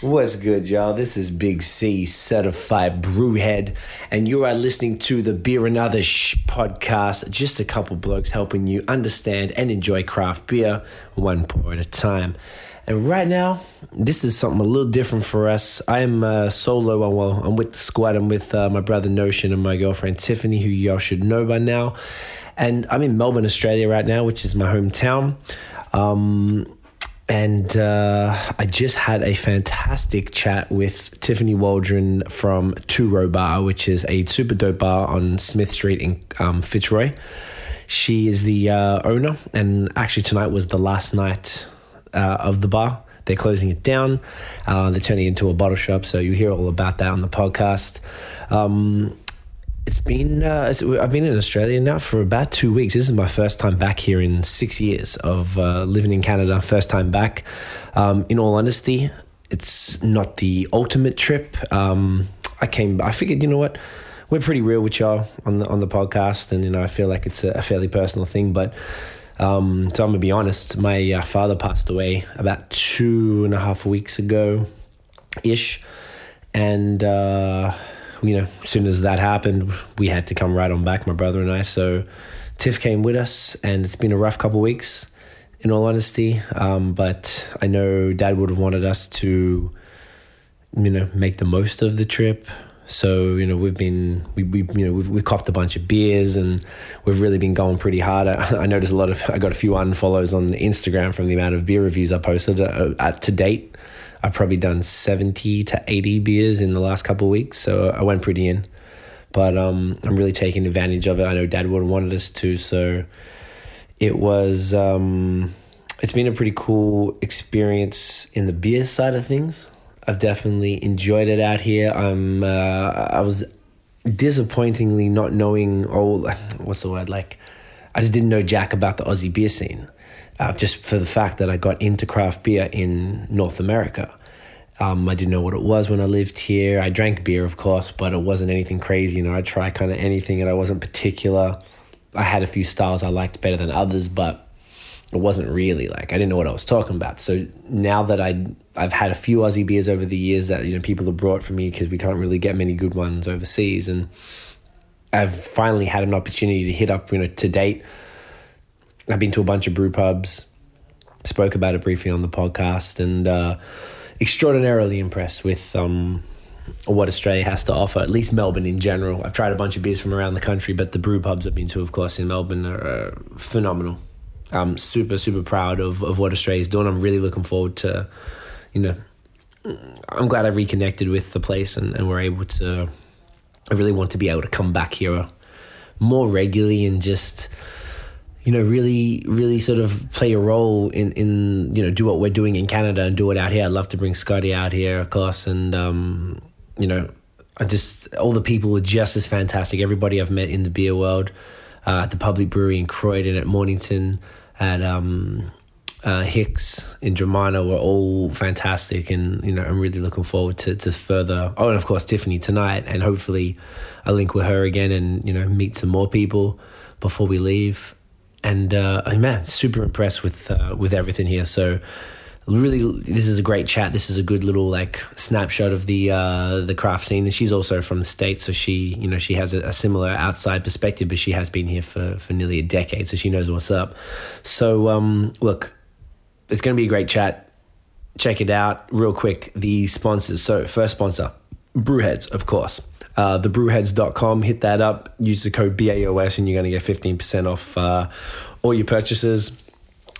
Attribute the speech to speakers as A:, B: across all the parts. A: What's good, y'all? This is Big C, certified brewhead, and you are listening to the Beer and Other Shh podcast. Just a couple blokes helping you understand and enjoy craft beer one pour at a time. And right now, this is something a little different for us. I am uh, solo. I'm, well, I'm with the squad. I'm with uh, my brother Notion and my girlfriend Tiffany, who y'all should know by now. And I'm in Melbourne, Australia, right now, which is my hometown. Um, and uh, I just had a fantastic chat with Tiffany Waldron from Two Row Bar, which is a super dope bar on Smith Street in um, Fitzroy. She is the uh, owner, and actually, tonight was the last night uh, of the bar. They're closing it down. Uh, they're turning it into a bottle shop, so you hear all about that on the podcast. Um, it's been uh, it's, I've been in Australia now for about two weeks. This is my first time back here in six years of uh, living in Canada. First time back. Um, in all honesty, it's not the ultimate trip. Um, I came. I figured, you know what. We're pretty real with y'all on the on the podcast, and you know I feel like it's a, a fairly personal thing. But um, so I'm gonna be honest. My uh, father passed away about two and a half weeks ago, ish, and uh, you know, as soon as that happened, we had to come right on back, my brother and I. So Tiff came with us, and it's been a rough couple weeks, in all honesty. Um, but I know Dad would have wanted us to, you know, make the most of the trip. So you know, we've been we, we you know we've we copped a bunch of beers, and we've really been going pretty hard. I, I noticed a lot of I got a few unfollows on Instagram from the amount of beer reviews I posted uh, at to date. I've probably done 70 to 80 beers in the last couple of weeks, so I went pretty in. But um, I'm really taking advantage of it. I know Dad would have wanted us to, so it was. Um, it's been a pretty cool experience in the beer side of things. I've definitely enjoyed it out here. I'm. Uh, I was disappointingly not knowing. Oh, what's the word? Like, I just didn't know jack about the Aussie beer scene uh, just for the fact that I got into craft beer in North America. Um, I didn't know what it was when I lived here. I drank beer, of course, but it wasn't anything crazy. You know, I tried kind of anything, and I wasn't particular. I had a few styles I liked better than others, but it wasn't really like I didn't know what I was talking about. So now that I I've had a few Aussie beers over the years that you know people have brought for me because we can't really get many good ones overseas, and I've finally had an opportunity to hit up you know to date I've been to a bunch of brew pubs, spoke about it briefly on the podcast, and uh, extraordinarily impressed with um, what Australia has to offer, at least Melbourne in general. I've tried a bunch of beers from around the country, but the brew pubs I've been to, of course, in Melbourne are uh, phenomenal. I'm super, super proud of, of what Australia's doing. I'm really looking forward to, you know, I'm glad I reconnected with the place and, and we're able to. I really want to be able to come back here more regularly and just you know, really, really sort of play a role in, in, you know, do what we're doing in Canada and do it out here. I'd love to bring Scotty out here, of course. And, um, you know, I just, all the people are just as fantastic. Everybody I've met in the beer world, uh, at the public brewery in Croydon, at Mornington, at, um, uh, Hicks in Germano were all fantastic, and you know I'm really looking forward to, to further. Oh, and of course Tiffany tonight, and hopefully I link with her again, and you know meet some more people before we leave and uh, I'm, man, super impressed with uh, with everything here. So really, this is a great chat. This is a good little like snapshot of the uh, the craft scene. And she's also from the states, so she you know she has a, a similar outside perspective, but she has been here for for nearly a decade, so she knows what's up. So um, look, it's going to be a great chat. Check it out real quick. The sponsors. So first sponsor, Brewheads, of course uh, thebrewheads.com. Hit that up. Use the code BAOS and you're going to get 15% off uh, all your purchases,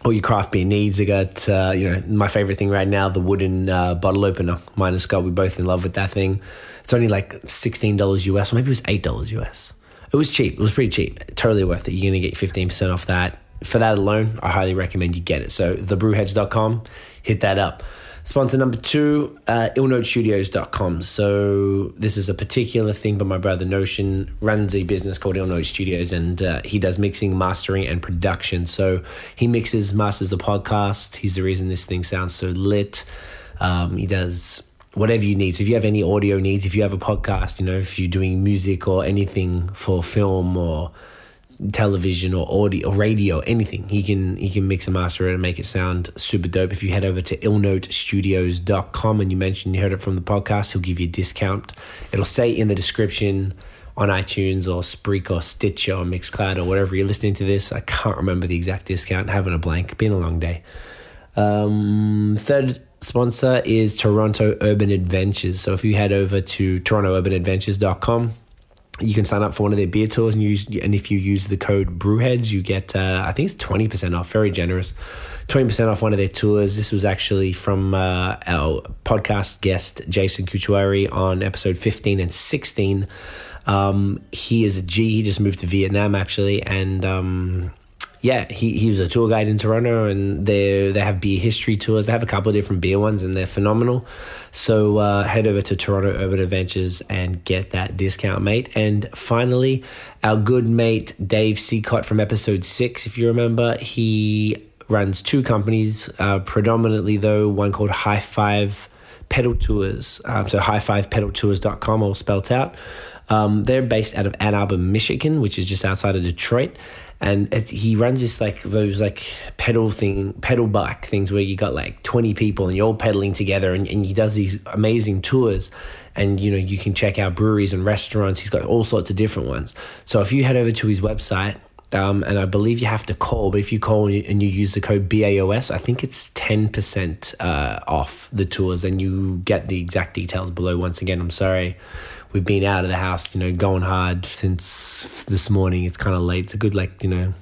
A: all your craft beer needs. I got, uh, you know, my favorite thing right now, the wooden uh, bottle opener. Mine and Scott, we're both in love with that thing. It's only like $16 US, or maybe it was $8 US. It was cheap. It was pretty cheap. Totally worth it. You're going to get 15% off that. For that alone, I highly recommend you get it. So, thebrewheads.com, hit that up. Sponsor number two, uh, illnotestudios.com. So this is a particular thing by my brother Notion, runs a business called Ill Note Studios, and uh, he does mixing, mastering, and production. So he mixes, masters the podcast. He's the reason this thing sounds so lit. Um, he does whatever you need. So if you have any audio needs, if you have a podcast, you know, if you're doing music or anything for film or television or audio or radio, anything. He can he can mix and master it and make it sound super dope. If you head over to illnotestudios.com and you mention you heard it from the podcast, he'll give you a discount. It'll say in the description on iTunes or Spreak or Stitcher or Mixcloud or whatever you're listening to this. I can't remember the exact discount. Having a blank, been a long day. Um, third sponsor is Toronto Urban Adventures. So if you head over to torontourbanadventures.com, you can sign up for one of their beer tours and use and if you use the code brewheads you get uh, i think it's 20% off very generous 20% off one of their tours this was actually from uh, our podcast guest jason kuchuari on episode 15 and 16 um, he is a g he just moved to vietnam actually and um, yeah, he, he was a tour guide in Toronto, and they they have beer history tours. They have a couple of different beer ones, and they're phenomenal. So uh, head over to Toronto Urban Adventures and get that discount, mate. And finally, our good mate Dave Seacott from episode six, if you remember, he runs two companies, uh, predominantly though one called High Five Pedal Tours. Um, so high five pedal tours.com, all spelt out. Um, they're based out of Ann Arbor, Michigan, which is just outside of Detroit. And it, he runs this like those like pedal thing, pedal bike things where you got like 20 people and you're all pedaling together and, and he does these amazing tours. And you know, you can check out breweries and restaurants. He's got all sorts of different ones. So if you head over to his website, um, and I believe you have to call, but if you call and you, and you use the code BAOS, I think it's 10% uh, off the tours, and you get the exact details below. Once again, I'm sorry we've been out of the house, you know, going hard since this morning. It's kind of late. It's a good, like, you know,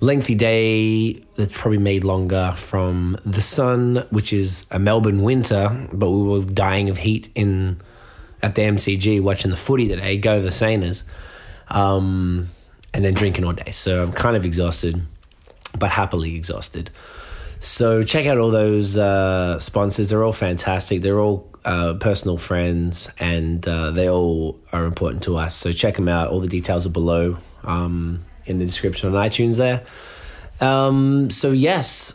A: lengthy day that's probably made longer from the sun, which is a Melbourne winter, but we were dying of heat in at the MCG watching the footy today. Go the Saners. Um, and then drinking all day. So I'm kind of exhausted, but happily exhausted. So check out all those uh, sponsors. They're all fantastic. They're all uh, personal friends, and uh, they all are important to us. So check them out. All the details are below um, in the description on iTunes. There. Um, so yes,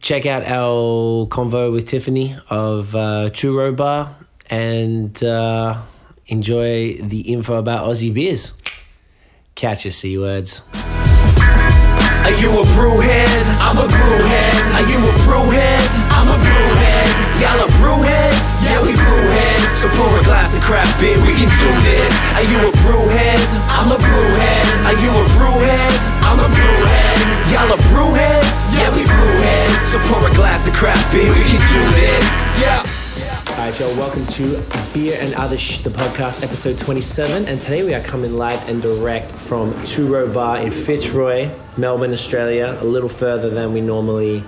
A: check out our convo with Tiffany of uh, Churro Bar and uh, enjoy the info about Aussie beers. Catch your c words.
B: Are you a brewhead? I'm a brewhead. Are you a brewhead? I'm a brewhead. Y'all are brewheads? Yeah, we brewheads. So pour a glass of craft beer, we can do this. Are you a brewhead? I'm a brewhead. Are you a brewhead? I'm a brewhead. Y'all are brewheads? Yeah, we brewheads. So pour a glass of craft beer, we can do this. Yeah.
A: All right, y'all, welcome to Beer and Other Sh, the podcast, episode 27. And today we are coming live and direct from Turo Bar in Fitzroy, Melbourne, Australia, a little further than we normally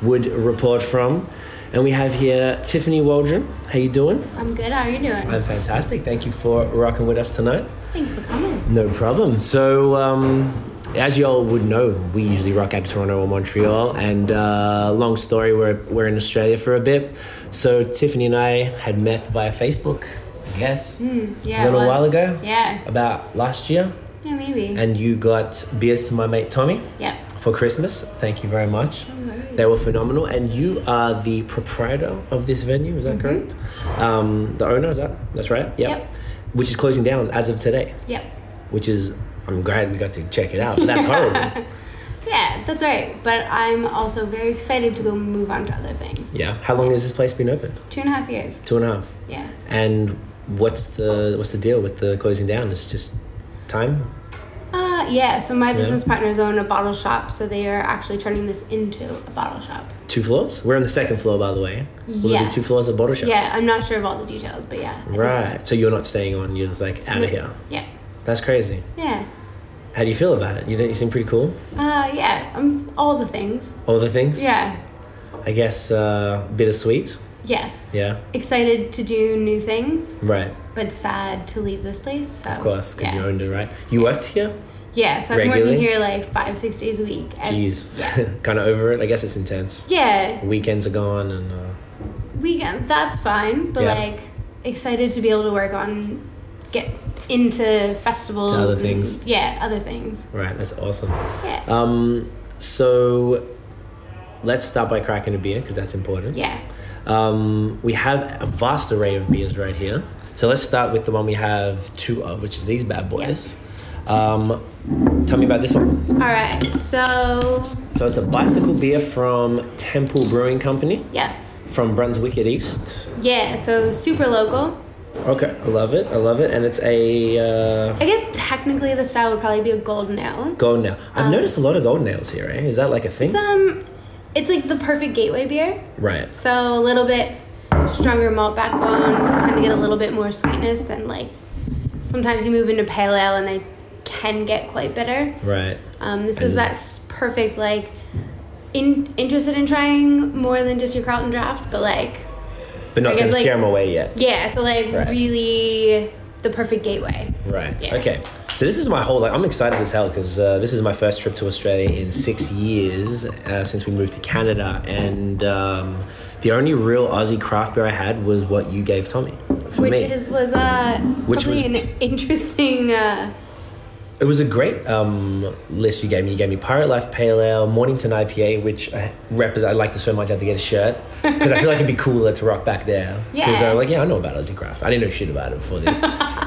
A: would report from. And we have here Tiffany Waldron. How you doing?
C: I'm good. How are you doing?
A: I'm fantastic. Thank you for rocking with us tonight.
C: Thanks for coming.
A: No problem. So, um, as you all would know, we usually rock out to Toronto or Montreal. And uh, long story, we're, we're in Australia for a bit. So Tiffany and I had met via Facebook, I guess,
C: Hmm,
A: a
C: Yeah,
A: little
C: it was.
A: while ago,
C: Yeah.
A: about last year.
C: Yeah, maybe.
A: And you got beers to my mate Tommy
C: yep.
A: for Christmas. Thank you very much.
C: worries.
A: They were phenomenal. And you are the proprietor of this venue, is that correct? Um, the owner, is that? That's right?
C: Yep.
A: Which is closing down as of today,
C: Yep.
A: which is, I'm glad we got to check it out, but that's horrible.
C: Yeah, that's right. But I'm also very excited to go move on to other things.
A: Yeah. How long has this place been open?
C: Two and a half years.
A: Two and a half.
C: Yeah.
A: And what's the what's the deal with the closing down? It's just time.
C: Uh, yeah, so my business partners own a bottle shop, so they are actually turning this into a bottle shop.
A: Two floors. We're on the second floor, by the way. Will there be
C: yes.
A: two floors of bottle shop?
C: Yeah, I'm not sure of all the details, but yeah. I think so.
A: Right. So you're not staying on. You're just like out of here.
C: Yeah.
A: That's crazy.
C: Yeah.
A: How do you feel about it? You don't. You seem pretty cool.
C: Uh, yeah, I'm all the things.
A: All the things.
C: Yeah.
A: I guess uh, bittersweet.
C: Yes.
A: Yeah.
C: Excited to do new things,
A: Right.
C: but sad to leave this place. So.
A: Of course, because
C: Um, yeah.
A: you owned it, right? You worked here.
C: Yeah, so I'm
A: Regularly?
C: working here like five, six days a week. and-
A: Jeez.
C: Um, Yeah.
A: kind of over it. I guess it's intense.
C: yeah,
A: Weekends are gone, and uh,
C: weekend, that's fine, but
A: Yeah.
C: like excited to be able to work on, get into festivals.
A: To other
C: and-
A: things.
C: Yeah, other things.
A: right. That's awesome.
C: Yeah.
A: Um, so let's start by cracking a beer because that's important.
C: yeah.
A: Um, we have a vast array of beers right here. So let's start with the one we have two of, which is these bad boys. Um, tell me about this one.
C: All right, so
A: So it's a bicycle beer from Temple Brewing Company
C: yeah,
A: from Brunswick at East.
C: yeah, so super local.
A: Okay, I love it. I love it, and it's a uh,
C: I guess technically the style would probably be a golden ale.
A: gold nail. I've
C: Um,
A: noticed a lot of gold nails here. Eh? Is that like a thing?
C: It's um, it's like the perfect gateway beer.
A: right.
C: So a little bit stronger malt backbone, tend to get a little bit more sweetness than like sometimes you move into pale ale and they can get quite bitter.
A: Right.
C: Um, this is
A: And-
C: that s- perfect like in, interested in trying more than just your Carlton draft, but like
A: But not
C: I
A: going to
C: guess,
A: scare
C: like-
A: them away yet.
C: yeah, so like
A: Right.
C: really the perfect gateway.
A: Right.
C: Yeah.
A: Okay. So this is my whole. Like, I'm excited as hell because uh, this is my first trip to Australia in six years uh, since we moved to Canada, and um, the only real Aussie craft beer I had was what you gave Tommy. For
C: Which
A: me.
C: is was uh
A: Which
C: probably
A: was-
C: an interesting uh
A: It was a great um, list you gave me. You gave me Pirate Life Pale Ale, Mornington IPA, which I, rep- I liked it so much I had to get a shirt because I feel like it'd be cooler to rock back there. Because
C: Yeah.
A: I'm like, yeah, I know about Aussie Craft. I didn't know shit about it before this.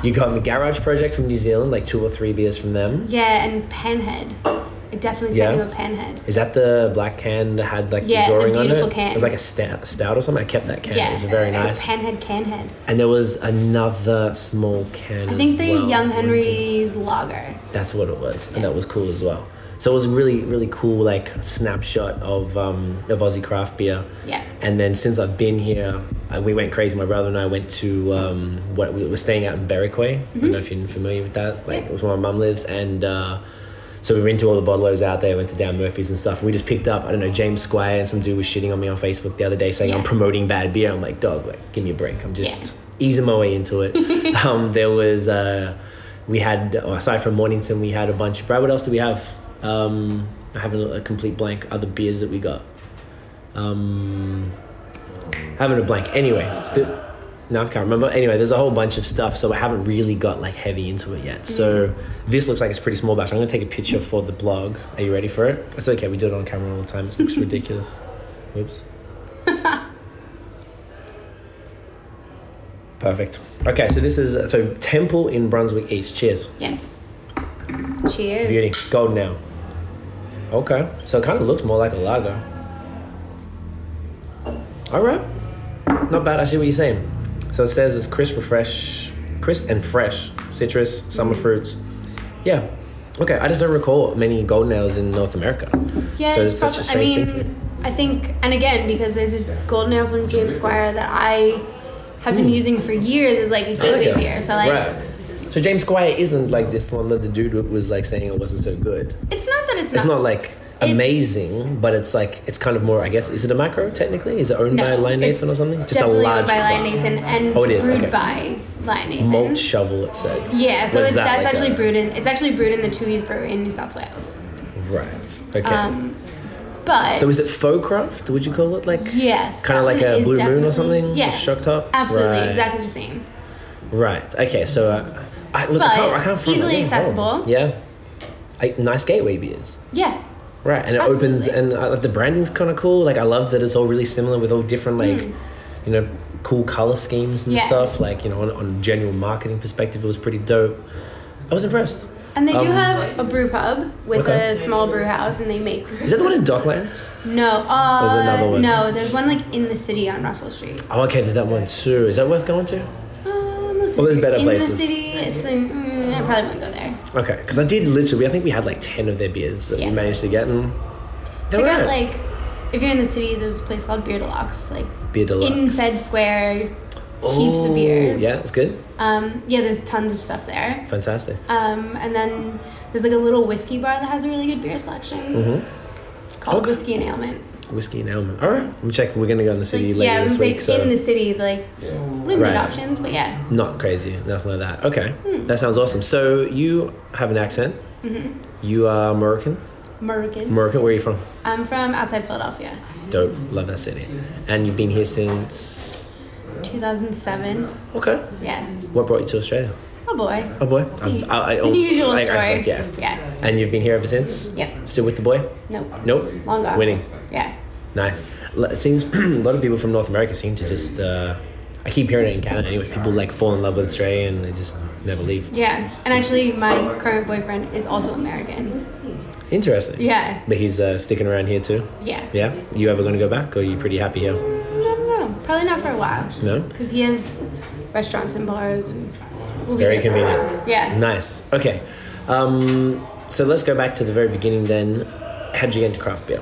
A: you got the Garage Project from New Zealand, like two or three beers from them.
C: yeah, and panhead. I definitely
A: Yeah.
C: sent you a panhead.
A: Is that the black can that had like
C: Yeah,
A: the
C: the
A: drawing on
C: beautiful
A: it?
C: can.
A: It was like a stout, stout or something. I kept that can.
C: Yeah,
A: it was very
C: uh,
A: nice.
C: Panhead canhead.
A: and there was another small can.
C: I think
A: as
C: the
A: well.
C: Young Henry's lager.
A: That's what it was, and that was cool as well. So it was a really, really cool like snapshot of um, of Aussie craft beer.
C: Yeah.
A: And then since I've been here, I, we went crazy. My brother and I went to um, what we were staying out in Berwickquay. I don't know if you're familiar with that. Like
C: Mm-hmm. Yeah.
A: it was where my mum lives, and uh, so we went to all the bottlers out there. Went to Dan Murphy's and stuff. We just picked up I don't know James Squire and some dude was shitting on me on Facebook the other day saying
C: Yeah.
A: I'm promoting bad beer. I'm like dog, like give me a break. I'm just
C: Yeah.
A: easing my way into it. um, there was, uh, we had, oh, aside from Mornington, we had a bunch. Brad, what else do we have? Um, I have a, a complete blank. Other beers that we got. Um, having a blank. Anyway, the, no, I can't remember. Anyway, there's a whole bunch of stuff, so I haven't really got like heavy into it yet. So this looks like it's pretty small batch. I'm gonna take a picture for the blog. Are you ready for it? It's okay. We do it on camera all the time. It looks ridiculous. Whoops. Perfect. Okay, so this is so Temple in Brunswick East. Cheers.
C: Yeah. Cheers.
A: Beauty. Gold now. Okay. So it kind of looks more like a lager. All right. Not bad. I see what you're saying. So it says it's crisp, refresh, crisp and fresh citrus, summer fruits. Yeah. Okay. I just don't recall many gold nails in North America.
C: Yeah,
A: So
C: it's
A: it's such
C: prob-
A: a
C: I
A: strange thing
C: mean,
A: for you.
C: I think, and again, because there's a golden ale from James Squire that I have been using for years as like a gateway
A: Okay.
C: beer. So like,
A: Hmm. Oh, right. So James Squire isn't like this one that the dude was like saying it wasn't so good.
C: it's not that it's not.
A: It's not like
C: It's-
A: amazing, but it's like it's kind of more. I guess is it a macro technically? Is it owned by
C: no,
A: Lion
C: it's
A: Nathan or something? Just a
C: definitely
A: large
C: owned by Lion
A: club.
C: Nathan and
A: Oh, it is,
C: brewed
A: okay.
C: by Lion Nathan.
A: malt shovel. It said.
C: Yeah, so
A: What
C: it's,
A: is that,
C: that's
A: like
C: actually
A: a-
C: brewed in. It's actually brewed in the Tui's Brewery in New South Wales.
A: Right. Okay.
C: Um, but
A: so is it faux craft? Would you call it like?
C: yes,
A: Kind
C: that
A: of like
C: one
A: a
C: is
A: blue moon or
C: definitely-
A: something.
C: Yeah,
A: Shock top.
C: absolutely,
A: Right.
C: exactly the same.
A: Right. Okay. So uh, I look. I
C: But
A: can't. I can't find
C: easily
A: it. Wow.
C: accessible.
A: Yeah. I, nice gateway beers.
C: Yeah,
A: Right, and it opens,
C: Absolutely.
A: and uh, like, the branding's kind of cool. Like I love that it's all really similar with all different, like, you know, cool color schemes and
C: Hmm. Yeah.
A: stuff. Like you know, on, on a general marketing perspective, it was pretty dope. I was impressed.
C: and they do
A: Um,
C: have a brew pub with
A: okay.
C: a small brew house, and they make
A: Is that the one in Docklands?
C: no. Uh,
A: There's another one.
C: No, there's one like in the city on Russell Street.
A: Oh, okay, there's that one too. Is that worth going to?
C: Um, let's
A: Well, there's
C: see,
A: better
C: in
A: places.
C: the city. It's the, mm, I probably wouldn't go there.
A: Okay, because I did literally. I think we had like ten of their beers that
C: Yeah.
A: we managed to get. And
C: Check
A: All
C: out
A: right.
C: like if you're in the city, there's a place called Beer Deluxe, like
A: Beer Deluxe.
C: in Fed Square. Heaps
A: Oh,
C: of beers.
A: Yeah, it's good.
C: Um, yeah, there's tons of stuff there.
A: Fantastic.
C: Um, and then there's like a little whiskey bar that has a really good beer selection called
A: Okay.
C: Whiskey and Ailment.
A: Mm-hmm. Whiskey and Elman. All right, I'm checking. We're gonna go in the
C: Like,
A: city later
C: yeah, I
A: this
C: would say
A: week. so.
C: in the city, like limited
A: Right.
C: options, but yeah.
A: Not crazy, nothing like that. Okay, that sounds awesome. So you have an accent.
C: Mm-hmm.
A: You are American.
C: American.
A: American. Where are you from?
C: I'm from outside Philadelphia.
A: Dope. Love that city. And you've been here since.
C: 2007.
A: Okay.
C: Yeah.
A: What brought you to Australia?
C: Oh boy.
A: Oh boy.
C: The,
A: Um, I- I-
C: the usual
A: I- I-
C: story.
A: yeah.
C: Yeah.
A: And you've been here ever since.
C: Yep.
A: Still with the boy?
C: Nope.
A: Nope.
C: Long gone.
A: Winning.
C: Yeah.
A: Nice. L- It seems a lot of people from North America seem to just. Uh, I keep hearing it in Canada anyway. People like fall in love with Australia and they just never leave.
C: Yeah, and actually, my current boyfriend is also American.
A: Interesting.
C: Yeah.
A: But he's uh, sticking around here too.
C: Yeah.
A: Yeah. You ever gonna go back, or are you pretty happy here?
C: I don't know. Probably not for a while.
A: No.
C: Because he has restaurants and bars. And we'll be
A: Very
C: here for a
A: convenient.
C: while. Yeah.
A: Nice. Okay. Um, so let's go back to the very beginning then. How'd you get into craft beer?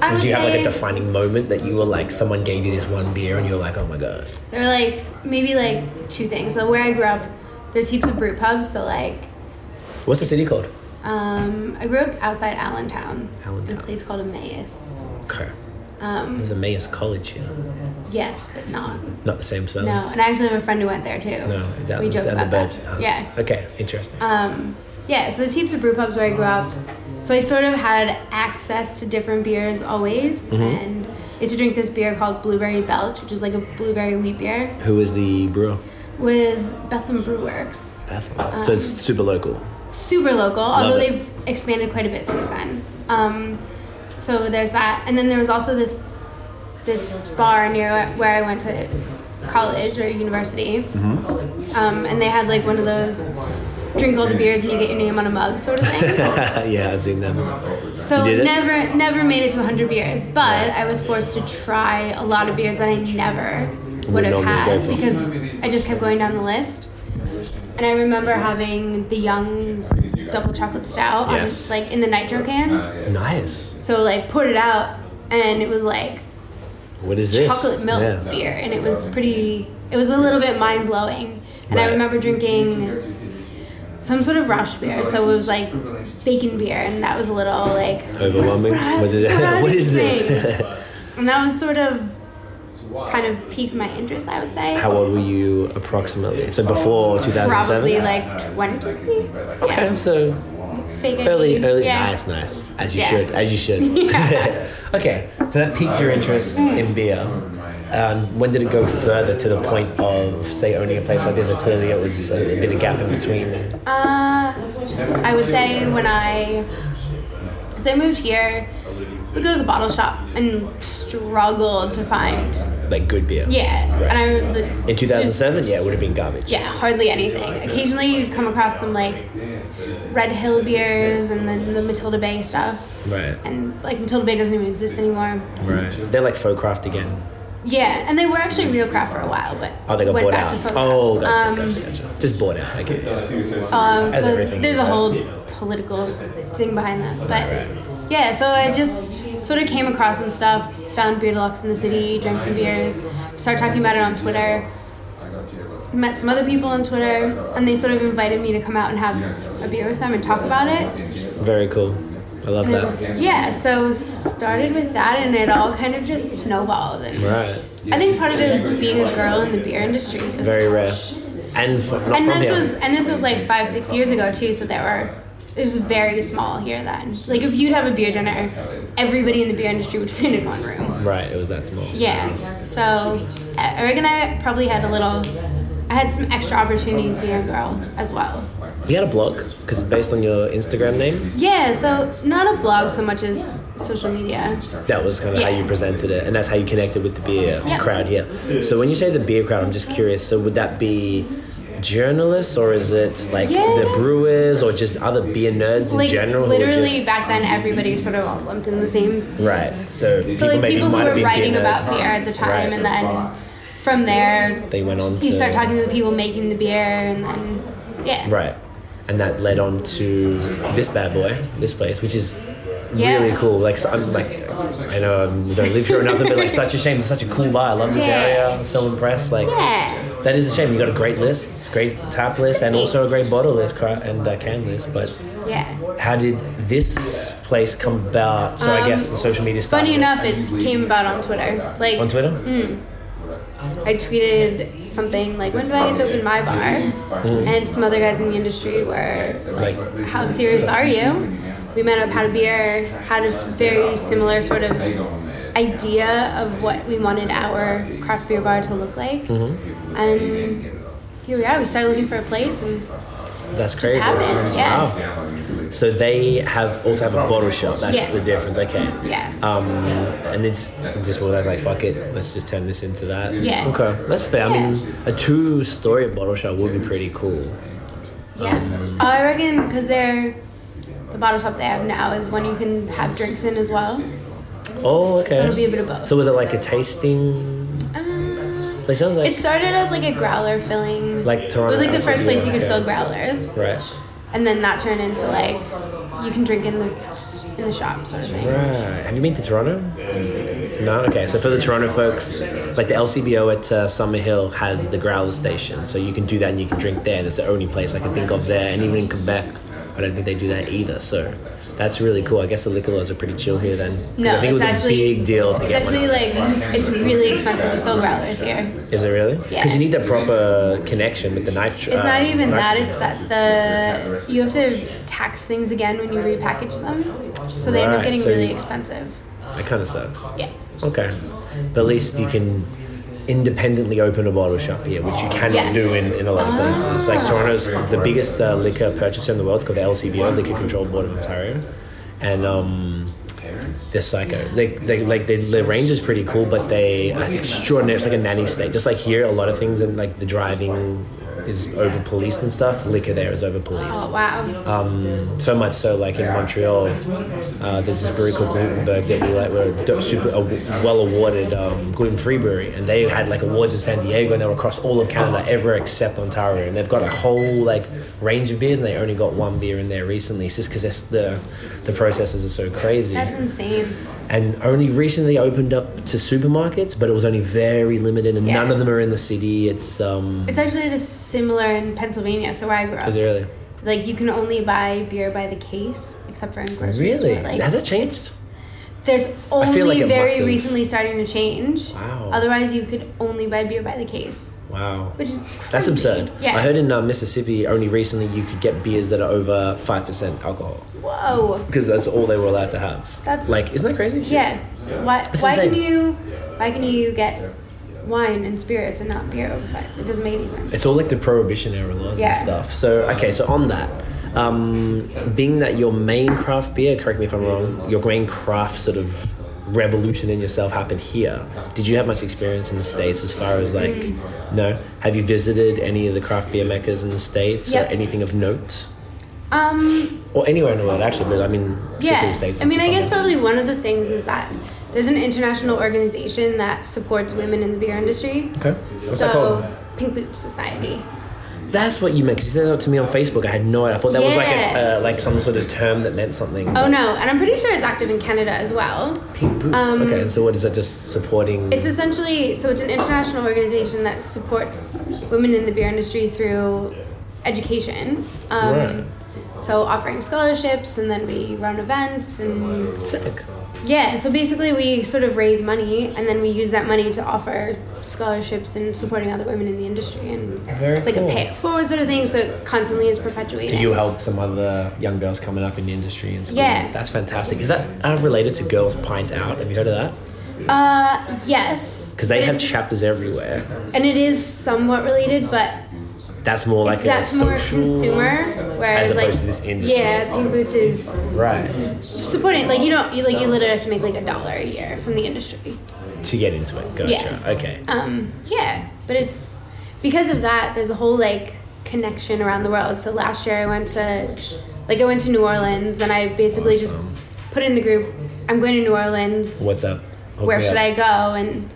C: I would
A: Did you have like a
C: say
A: defining moment that you were like, someone gave you this one beer and you're like, oh my god.
C: there were like maybe like two things. So where I grew up, there's heaps of brew pubs. So like,
A: What's the city called?
C: um, I grew up outside Allentown.
A: Allentown.
C: In a place called Emmaus.
A: Okay.
C: Um,
A: There's a Emmaus College here.
C: yes, but not.
A: Not the same spelling.
C: No, and I actually have a friend who went there too.
A: Oh. No, it's out
C: we
A: in the,
C: joke
A: out in
C: about
A: the
C: that.
A: burbs. Ah,
C: Yeah.
A: Okay, interesting.
C: Um, yeah, so there's heaps of brew pubs where I grew up. So I sort of had access to different beers always.
A: Mm-hmm.
C: And I used to drink this beer called Blueberry Belch, which is like a blueberry wheat beer,
A: Who was the brewer?
C: was Bethlehem Brew Works.
A: so it's super local.
C: Super local, although
A: it.
C: they've expanded quite a bit since then. Um, so there's that. And then there was also this this bar near where I went to college or university.
A: Mm-hmm.
C: Um, and they had like one of those drink all the beers and you get your name on a mug sort of thing.
A: yeah, I've seen them.
C: Um, So
A: You did it?
C: never, never made it to 100 beers, but I was forced to try a lot of beers that I never
A: Would
C: would have
A: normally go
C: had
A: for.
C: because I just kept going down the list. And I remember having the Young's double chocolate stout, on,
A: Yes.
C: like in the nitro cans.
A: Nice.
C: So like poured it out, and it was like
A: What is this?
C: chocolate milk
A: Yeah.
C: beer, and it was pretty. It was a little bit mind blowing, and I
A: Right.
C: remember drinking some sort of Rausch beer, so it was like bacon beer, and that was a little like
A: Overwhelming. What is,
C: What are
A: what is
C: these
A: this?
C: And that was sort of kind of piqued my interest, I would say.
A: How old were you approximately? So before 2007?
C: Oh, Probably like 20.
A: Okay,
C: Yeah.
A: so
C: Fake ID.
A: early, early.
C: Yeah.
A: Nice, nice. As you
C: Yeah.
A: should, as you should.
C: Yeah. Hmm.
A: okay, so that piqued your interest in beer. Um, when did it go further to the point of, say, owning a place like this? Or clearly, it was a, a bit of gap in between.
C: Uh, I would say when I, as I moved here, I would go to the bottle shop and struggled to find,
A: Like good beer.
C: yeah.
A: Right.
C: And I would, like,
A: In 2007, yeah, it would have been garbage.
C: Yeah, hardly anything. Occasionally you'd come across some like Red Hill beers and then the Matilda Bay stuff.
A: Right.
C: And like Matilda Bay doesn't even exist anymore.
A: Right. They're like folk craft again.
C: Yeah, and they were actually real craft for a while, but
A: Oh, they got
C: went
A: bought out.
C: back to Um, folk
A: Oh, gotcha,
C: craft.
A: gotcha, gotcha. Just bought out. Okay.
C: Um,
A: As
C: so
A: everything
C: there's
A: is,
C: a
A: right?
C: whole political thing behind that, but yeah. So I just sort of came across some stuff, found beer deluxe in the city, drank some beers, started talking about it on Twitter. Met some other people on Twitter, and they sort of invited me to come out and have a beer with them and talk about it.
A: Very cool. I love
C: And it
A: that.
C: was- yeah, so started with that, and it all kind of just snowballed. And
A: Right.
C: I think part of it was being a girl in the beer industry. It was
A: Very rare. And fr- not
C: and
A: from
C: this
A: here.
C: was and this was like five six years ago too so there were it was very small here then like if you'd have a beer dinner everybody in the beer industry would fit in one room
A: right. It was that small.
C: yeah so uh, eric and i probably had a little i had some extra opportunities being a girl as well
A: You had a blog because it's based on your Instagram name.
C: yeah so not a blog so much as social media
A: That was kind of how
C: Yeah.
A: you presented it, and that's how you connected with the beer
C: Yeah.
A: crowd here. So when you say the beer crowd, I'm just curious. So would that be journalists, or is it like the
C: Yes.
A: brewers, or just other beer nerds
C: like
A: in general? who are
C: literally
A: just-
C: back then everybody sort of all lumped in the same
A: Right. So,
C: so like
A: maybe
C: people who
A: might have
C: were
A: been
C: writing
A: beer
C: about
A: nerds.
C: beer at the time
A: Right.
C: and then from there
A: They went on.
C: you
A: to,
C: start talking to the people making the beer and then yeah
A: Right. And that led on to this bad boy, this place, which is
C: Yeah.
A: really cool. Like so- I'm like, I know I don't live here or nothing, but like such a shame. It's such a cool bar. I love this
C: Yeah.
A: area. I'm so impressed. Like
C: yeah
A: that is a shame. You got a great list, great tap list, and also a great bottle list cra- and uh, can list. But
C: yeah
A: how did this place come about? So I
C: Um,
A: guess the social media stuff.
C: funny enough it came about on twitter like mm,
A: on Twitter.
C: i tweeted something like when do i get to open my bar and some other guys in the industry were
A: Like
C: how serious are you we met up had a beer had a s- very similar sort of idea of what we wanted our craft beer bar to look like
A: Mm-hmm.
C: and here we are we started looking for a place and
A: that's crazy.
C: happened, yeah.
A: Wow. So they have also have a bottle shop. That's
C: Yeah.
A: the difference. Okay.
C: Yeah.
A: Um, and it's it's just well, I was like, fuck it, let's just turn this into that.
C: Yeah.
A: Okay, that's fair. I mean, a two-story bottle shop would be pretty cool.
C: Yeah. Oh, I reckon because they're the bottle shop they have now is one you can have drinks in as well.
A: Oh, okay.
C: So it'll be a bit of both.
A: So was it like a tasting?
C: Uh,
A: It sounds like
C: it started as like a growler filling.
A: Like
C: It was
A: Toronto
C: like the
A: House
C: first
A: of
C: place you could
A: Europe,
C: fill
A: okay.
C: growlers,
A: right.
C: and then that turned into like you can drink in the in the shop sort of thing.
A: Right. Have you been to Toronto? No. Okay. So for the Toronto folks, like the LCBO at uh, Summer Hill has the growler station, so you can do that and you can drink there. That's the only place I can think of there, and even in Quebec, I don't think they do that either. So that's really cool. I guess the liquor laws are pretty chill here then. 'Cause
C: No,
A: I think it was
C: it's actually
A: a big deal to
C: It's
A: get one.
C: actually
A: out.
C: like it's really expensive to fill growlers here.
A: Is it really?
C: Yeah.
A: Because you need that proper connection with the nitro.
C: It's not
A: uh,
C: even
A: nitro-
C: that. It's that the you have to tax things again when you repackage them, so they end
A: Right,
C: up getting
A: so
C: really
A: you-
C: expensive.
A: That kind of sucks.
C: Yeah.
A: Okay. But at least you can independently open a bottle shop here, which you cannot
C: Yes.
A: do in, in a lot of places. Like Toronto's the biggest uh, liquor purchaser in the world, it's called the LCBO, Liquor Control Board of Ontario. And um, they're psycho. They, they like they, their range is pretty cool, but they are extraordinary. It's like a nanny state. Just like here, a lot of things and like the driving is over policed and stuff. Liquor there is over policed.
C: Oh wow.
A: Um, so much so, like in Montreal, uh, there's this brewery called Glutenberg that we like were do- super uh, well awarded um, gluten free brewery, and they had like awards in San Diego, and they were across all of Canada, everywhere except Ontario, and they've got a whole like range of beers, and they only got one beer in there recently, it's just because the the processes are so crazy
C: That's insane.
A: and only recently opened up to supermarkets, but it was only very limited, and
C: Yeah.
A: none of them are in the city. It's um,
C: It's actually this similar in Pennsylvania, so where I grew up.
A: is it really?
C: Like you can only buy beer by the case, except for in grocery
A: Really?
C: store. Like,
A: Has that changed?
C: it's- There's only
A: feel like it
C: very
A: must've.
C: recently starting to change.
A: Wow.
C: Otherwise, you could only buy beer by the case,
A: Wow.
C: which is
A: That's
C: crazy.
A: absurd.
C: Yeah.
A: I heard in uh, Mississippi only recently you could get beers that are over five percent alcohol
C: Whoa.
A: because that's all they were allowed to have.
C: That's-
A: like, isn't that crazy?
C: Yeah. Why?
A: That's
C: why
A: insane.
C: can you? Why can you get wine and spirits and not beer over five? It doesn't make any sense.
A: It's all like the prohibition era laws
C: Yeah.
A: and stuff. So okay, so on that, um, being that your main craft beer, correct me if I'm wrong, your main craft sort of revolution in yourself happened here. Did you have much experience in the states as far as like
C: Mm.
A: no? Have you visited any of the craft beer meccas in the states
C: Yep.
A: or anything of note?
C: um.
A: Or anywhere in the world, actually, but I mean, particularly
C: Yeah.
A: the states.
C: I mean, I
A: that's
C: guess
A: fun.
C: probably one of the things is that there's an international organization that supports women in the beer industry.
A: Okay. What's that
C: so,
A: called?
C: Pink Boot Society.
A: That's what you meant because you said that to me on Facebook. I had no idea. I thought that was like a,
C: Yeah.
A: uh, like some sort of term that meant something.
C: Oh no, and I'm pretty sure it's active in Canada as well.
A: Pink boots.
C: um,
A: okay, and so what is that? Just supporting.
C: It's essentially so it's an international organization that supports women in the beer industry through education. Um,
A: Right.
C: So offering scholarships, and then we run events, and
A: sick.
C: yeah. So basically, we sort of raise money, and then we use that money to offer scholarships and supporting other women in the industry, and
A: Very
C: it's like
A: cool.
C: a pay it forward sort of thing. So it constantly is
A: Do
C: perpetuating.
A: you help some other young girls coming up in the industry and school?
C: Yeah.
A: That's fantastic. Is that uh, related to Girls Pint Out? Have you heard of that?
C: Uh, yes.
A: Because they
C: but
A: have
C: it's-
A: chapters everywhere.
C: and it is somewhat related, but
A: That's more like
C: it's
A: a
C: that's
A: social.
C: more consumer, whereas
A: opposed
C: like
A: to this industry.
C: yeah, Pink Boots is
A: Right.
C: supporting. Like you don't, you like you literally have to make like a dollar a year from the industry.
A: To get into it. Gotcha.
C: Yeah.
A: Okay.
C: Um, yeah, but it's because of that. There's a whole like connection around the world. So last year I went to like I went to New Orleans, and I basically just
A: Awesome.
C: put in the group. I'm going to New Orleans.
A: What's up? Hook
C: where
A: me
C: should
A: up.
C: I go? And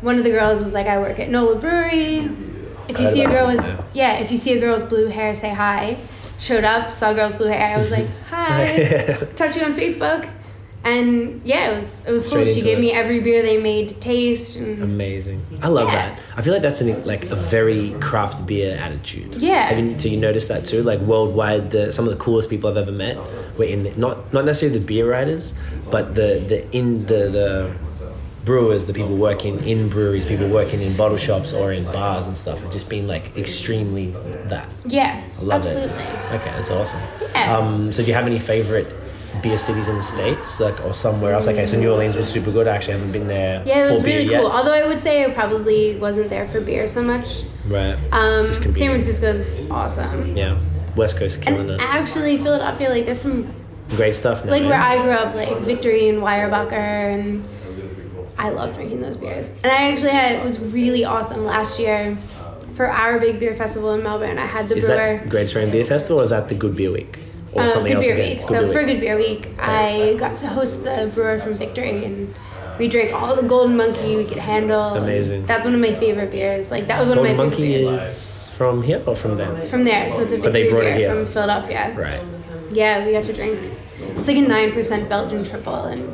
C: one of the girls was like, I work at Nola Brewery. If you see a girl with yeah, if you see a girl with blue hair, say hi. Showed up, saw a girl with blue hair. I was like, hi. Talked to you on Facebook, and yeah, it was it was
A: Straight
C: cool. She
A: into
C: gave
A: it.
C: me every beer they made to taste, and
A: Amazing. I love
C: Yeah.
A: that. I feel like that's an, like a very craft beer attitude.
C: Yeah.
A: Have you, do you notice that too? Like worldwide, the, some of the coolest people I've ever met were in the, not not necessarily the beer writers, but the the in the the brewers, the people working in breweries, people working in bottle shops or in bars and stuff. have just been like extremely that.
C: yeah,
A: I love
C: absolutely.
A: it. Okay, that's awesome.
C: Yeah.
A: Um, so do you have any favorite beer cities in the states, like or somewhere else? Okay, so New Orleans was super good. I actually haven't been there.
C: Yeah, it
A: for
C: was
A: beer
C: really
A: yet.
C: cool. Although I would say I probably wasn't there for beer so much.
A: Right.
C: Um,
A: Just
C: San
A: convenient.
C: Francisco's awesome.
A: Yeah. West Coast are killing
C: And
A: it.
C: actually, Philadelphia, like there's some
A: Great stuff. Now,
C: like
A: man.
C: where I grew up, like Victory and Weyerbacher, and
A: Oh,
C: I love drinking those beers. And I actually had it was really awesome last year for our big beer festival in Melbourne. I had the
A: is
C: brewer.
A: that Great Australian Beer Festival or is that the Good Beer Week or
C: uh,
A: something
C: Good
A: else?
C: Beer
A: again?
C: Week.
A: Good
C: so
A: Beer
C: for
A: Week.
C: Good Beer Week, I got to host the brewer from Victory, and we drank all the Golden Monkey we could handle. and
A: Amazing.
C: That's one of my favorite beers. Like that was one
A: Golden
C: of my
A: Monkey
C: favorite beers.
A: is from here or from there?
C: From there, so it's a
A: But they
C: Victory
A: brought it
C: beer
A: here.
C: from Philadelphia.
A: Right.
C: Yeah, we got to drink. It's like a nine percent Belgian triple, and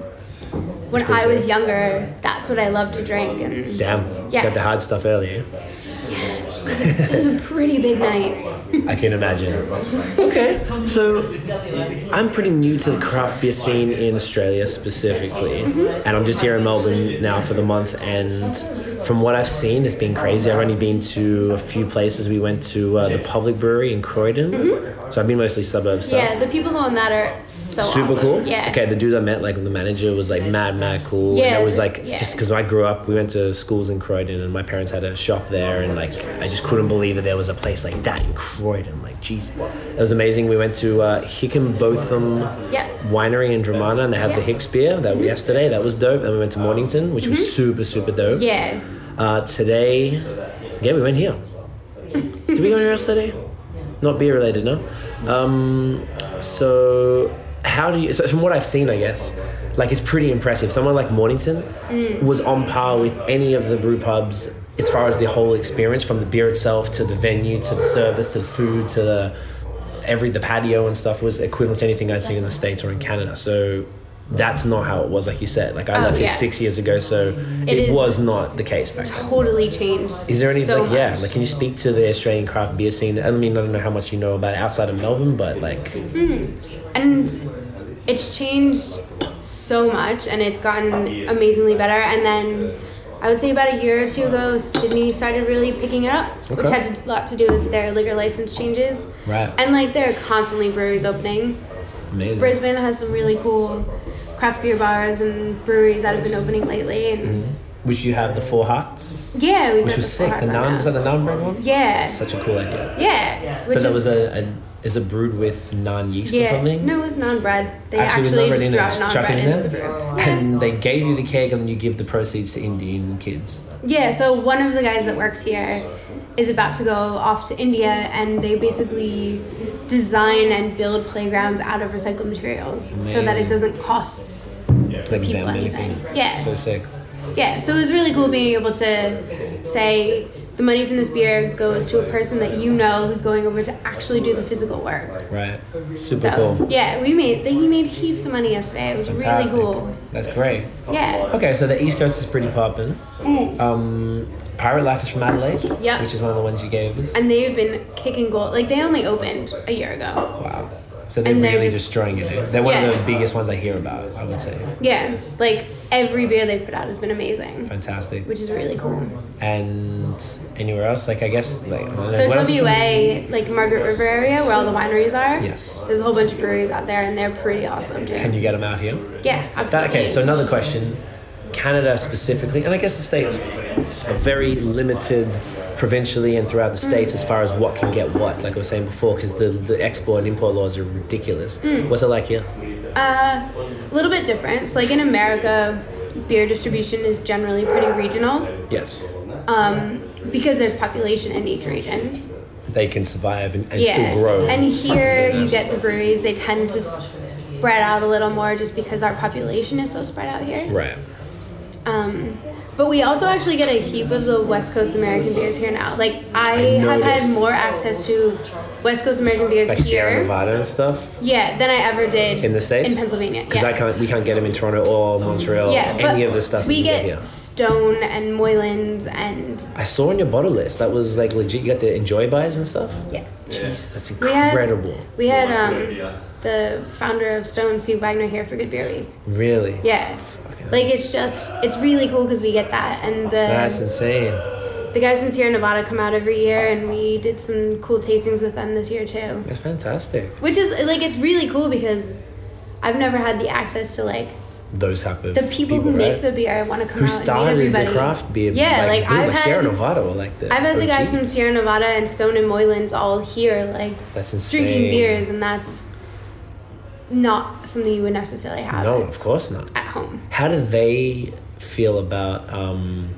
C: when
A: pretty
C: I was
A: sick.
C: younger, that's what I loved to drink, and
A: Damn.
C: Yeah.
A: Got the hard stuff earlier.
C: it was a pretty big night.
A: I can imagine.
D: Okay, so
A: I'm pretty new to the craft beer scene in Australia specifically, and I'm just here in Melbourne now for the month. And from what I've seen, it's been crazy. I've only been to a few places. We went to uh, the Public Brewery in Croydon, so I've been mostly suburb stuff.
C: Yeah, the people who own that are so
A: Super
C: awesome.
A: cool.
C: Yeah.
A: Okay, the dude I met, like the manager, was like mad, mad cool. and
C: Yeah,
A: it was like
C: yeah.
A: just because I grew up, we went to schools in Croydon, and my parents had a shop there, and like I just couldn't believe that there was a place like that in Croydon. Like, jeez, it was amazing. We went to uh, Hickenbotham
C: Yeah.
A: Winery in Dramana, and they had the
C: Yeah. Mm-hmm.
A: Hicks beer that yesterday. That was dope. Then we went to Mornington, which was super, super dope.
C: Yeah.
A: Uh, today, yeah, we went here. Did we go anywhere else today? Not beer related, no. Um, so how do you? So from what I've seen, I guess, like it's pretty impressive. Someone like Mornington
C: Mm.
A: was on par with any of the brew pubs as far as the whole experience, from the beer itself to the venue to the service to the food to the every the patio and stuff was equivalent to anything I'd seen in the states or in Canada. So. That's not how it was, like you said. Like I
C: Oh,
A: left here
C: yeah.
A: six years ago, so it,
C: is-
A: was not the case back then.
C: Totally changed.
A: Is there any
C: so
A: like yeah?
C: much.
A: Like, can you speak to the Australian craft beer scene? I mean, I don't know how much you know about it outside of Melbourne, but like,
C: and it's changed so much and it's gotten amazingly better and then i would say about a year or two ago sydney started really picking it up which
A: Okay.
C: had a lot to do with their liquor license changes
A: Right.
C: and like there are constantly breweries opening
A: amazing.
C: brisbane has some really cool craft beer bars and breweries that have been opening lately and
A: Which Mm-hmm. you have the Four Hearts,
C: yeah we've
A: Mm-hmm. which
C: got
A: was
C: the
A: sick.
C: Four
A: The
C: Hearts on
A: naan
C: now.
A: was that the naan brand one?
C: yeah
A: Such a cool idea.
C: yeah
A: So
C: which
A: that
C: is-
A: was a, a is it brewed with naan yeast or
C: yeah
A: something?
C: no with non-bread they
A: Actually, with
C: actually,
A: naan bread in there,
C: just
A: just
C: dropped
A: chuck it
C: non-bread
A: in
C: into the
A: there?
C: brew
A: And they gave you the keg, and you give the proceeds to Indian kids.
C: Yeah, so one of the guys that works here is about to go off to India and they basically design and build playgrounds out of recycled materials so that
A: Amazing.
C: it doesn't cost
A: Like
C: people
A: them
C: anything.
A: anything.
C: Yeah.
A: So sick.
C: Yeah, so it was really cool being able to say the money from this beer goes to a person that you know who's going over to actually do the physical work.
A: Right. Super
C: So
A: cool.
C: yeah, we made they, he made heaps of money yesterday. It was
A: Fantastic.
C: really cool.
A: That's great.
C: Yeah.
A: Okay, so the East Coast is pretty poppin'. Um, Pirate Life is from Adelaide,
C: Yep.
A: which is one of the ones you gave us.
C: And they've been kicking goal like they only opened a year ago.
A: wow. So they're
C: and they're
A: really
C: just-
A: destroying it. eh? They're one
C: Yeah.
A: of the biggest ones I hear about, I would say.
C: Yeah, like every beer they put out has been amazing,
A: Fantastic.
C: which is really cool.
A: And anywhere else? Like, I guess, like, I don't know,
C: So
A: what else is from-
C: WA, like Margaret River area, where all the wineries are.
A: Yes.
C: There's a whole bunch of breweries out there, and they're pretty awesome too.
A: Can you get them out here?
C: yeah, absolutely.
A: That, okay, so another question. Canada specifically, and I guess the states are very limited provincially and throughout the states as far as what can get what, like I was saying before, because the, the export and import laws are ridiculous.
C: Hmm.
A: What's it like here?
C: Uh, a little bit different. So like in America, beer distribution is generally pretty regional,
A: Yes.
C: um, because there's population in each region.
A: They can survive and, and
C: yeah.
A: still grow.
C: And here you get the breweries; they tend to spread out a little more, just because our population is so spread out here.
A: right.
C: Um, but we also actually get a heap of the West Coast American beers here now. Like I, have had
A: noticed.
C: more access to West Coast American beers
A: Like Sierra
C: here,
A: Nevada and stuff
C: yeah, than I ever did
A: in the states?
C: in Pennsylvania.
A: Because
C: yeah.
A: I can't, we can't get them in Toronto or Montreal,
C: yeah, but
A: any of the stuff
C: we
A: you
C: get,
A: get here.
C: Stone and Moylan's and
A: I saw on your bottle list that was like legit. You got the enjoy buys and stuff.
C: yeah,
A: Jeez, that's
C: we had
A: incredible.
C: we had um, the founder of Stone, Steve Wagner, here for Good Beer Week.
A: Really?
C: Yeah. Like it's just it's really cool because we get that and the
A: That's insane.
C: the guys from Sierra Nevada come out every year and we did some cool tastings with them this year too.
A: That's fantastic.
C: which is like it's really cool because I've never had the access to like
A: those type of
C: the people who make
A: right?
C: the beer want to come
A: who
C: out and meet
A: started the
C: everybody.
A: craft beer.
C: Yeah, like,
A: boom,
C: I've
A: like
C: had
A: Sierra Nevada or like the.
C: I've had the guys
A: OG.
C: from Sierra Nevada and Stone and Moylands all here, like
A: That's insane.
C: drinking beers, and that's not something you would necessarily have
A: No, of course not.
C: at home.
A: How do they feel about um,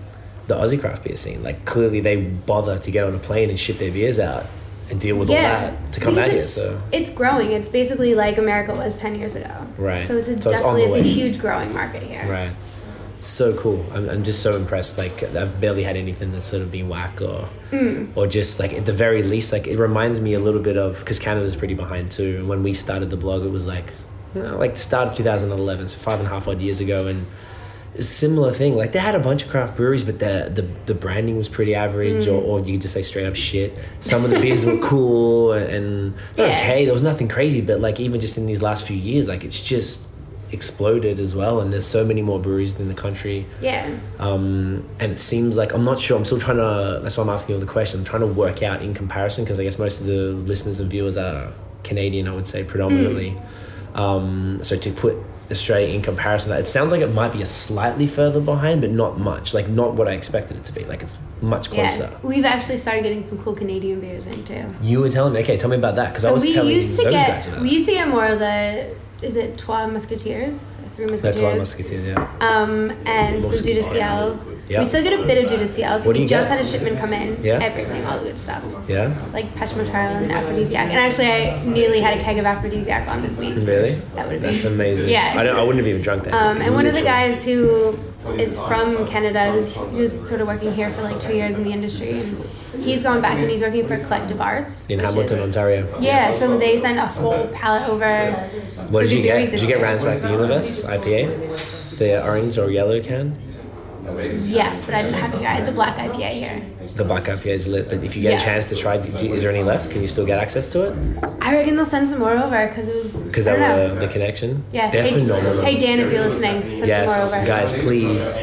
A: the Aussie craft beer scene? Like clearly they bother to get on a plane and ship their beers out and deal with all
C: yeah,
A: that to come
C: because
A: out here.
C: it's,
A: So
C: it's growing. It's basically like America was ten years ago.
A: Right.
C: So it's a
A: So it's on
C: definitely
A: the
C: it's, a
A: way.
C: huge growing market here.
A: right. So cool. I'm, I'm just so impressed. Like I've barely had anything that's sort of been whack or or just like at the very least, like it reminds me a little bit of because Canada's pretty behind too. And when we started the blog, it was like you know, like the start of 2011, so five and a half odd years ago, and a similar thing. Like they had a bunch of craft breweries, but the the, the branding was pretty average, or, or you could just say straight up shit. Some of the beers were cool and, and they're
C: Yeah.
A: okay. There was nothing crazy, but like even just in these last few years, like it's just exploded as well. And there's so many more breweries in the country
C: Yeah.
A: um, and it seems like I'm not sure. I'm still trying to. That's why I'm asking all the questions. I'm trying to work out in comparison because I guess most of the listeners and viewers are Canadian. I would say predominantly.
C: Mm.
A: Um, so to put Australia in comparison, it sounds like it might be a slightly further behind, but not much. Like not what I expected it to be. Like it's much closer.
C: Yeah. We've actually started getting some cool Canadian beers in too.
A: You were telling me. Okay, tell me about that because I
C: So
A: was
C: we
A: telling
C: used to
A: those
C: get
A: guys about
C: we
A: that.
C: used to get more of the is it Trois Musketeers or Three
A: That's why musketeers.
C: Musketeers?
A: Yeah.
C: um, and some due to CL.
A: Yeah.
C: We still get a bit of due to CL, so
A: What do
C: we
A: you
C: just
A: get?
C: had a shipment come in.
A: Yeah.
C: Everything, all the good stuff.
A: Yeah.
C: Like Peshmatara and aphrodisiac. And actually, I nearly had a keg of aphrodisiac on this week.
A: Really?
C: That would have been.
A: That's amazing.
C: Yeah.
A: I don't. I wouldn't have even drunk that.
C: Um, and one of the
A: Literally.
C: guys who is from Canada, who's, who's sort of working here for like two years in the industry, and he's gone back and he's working for Collective Arts.
A: in
C: which is-
A: Hamilton, Ontario.
C: Yeah, so they sent a whole pallet over.
A: What did
C: Did
A: you
C: you bury
A: get?
C: this
A: Did you get
C: guy?
A: Ransack the Universe IPA? The orange or yellow can?
C: Yes, but I didn't have the guy, the black IPA here.
A: The black IPA is lit, but if you get
C: Yeah.
A: a chance to try, do, is there any left? Can you still get access to it?
C: I reckon they'll send some more over because it was.
A: Because
C: I
A: that
C: don't know.
A: were the connection.
C: Yeah.
A: They're
C: hey,
A: phenomenal.
C: Hey Dan, if you're listening, send some
A: Yes,
C: more over.
A: guys, please.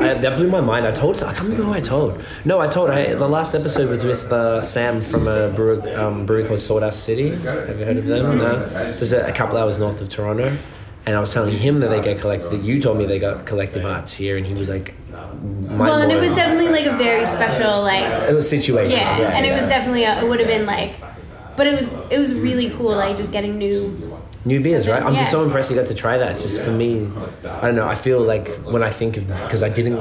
A: I, that blew my mind. I told. I can't remember who I told. No, I told. I the last episode was with uh, Sam from a brew, um, brewery called Sawdust City. Have you heard of them? No. Just a, a couple hours north of Toronto. And I was telling him that they got collect. That you told me they got collective arts here, and he was like,
C: Well, and it was definitely like a very special like.
A: It was situation.
C: Yeah,
A: yeah
C: and it was
A: yeah.
C: definitely a, it would have been like, but it was it was really cool like just getting new.
A: New beers, right? I'm just
C: Yeah.
A: so impressed you got to try that. It's just for me, I don't know. I feel like when I think of because I didn't,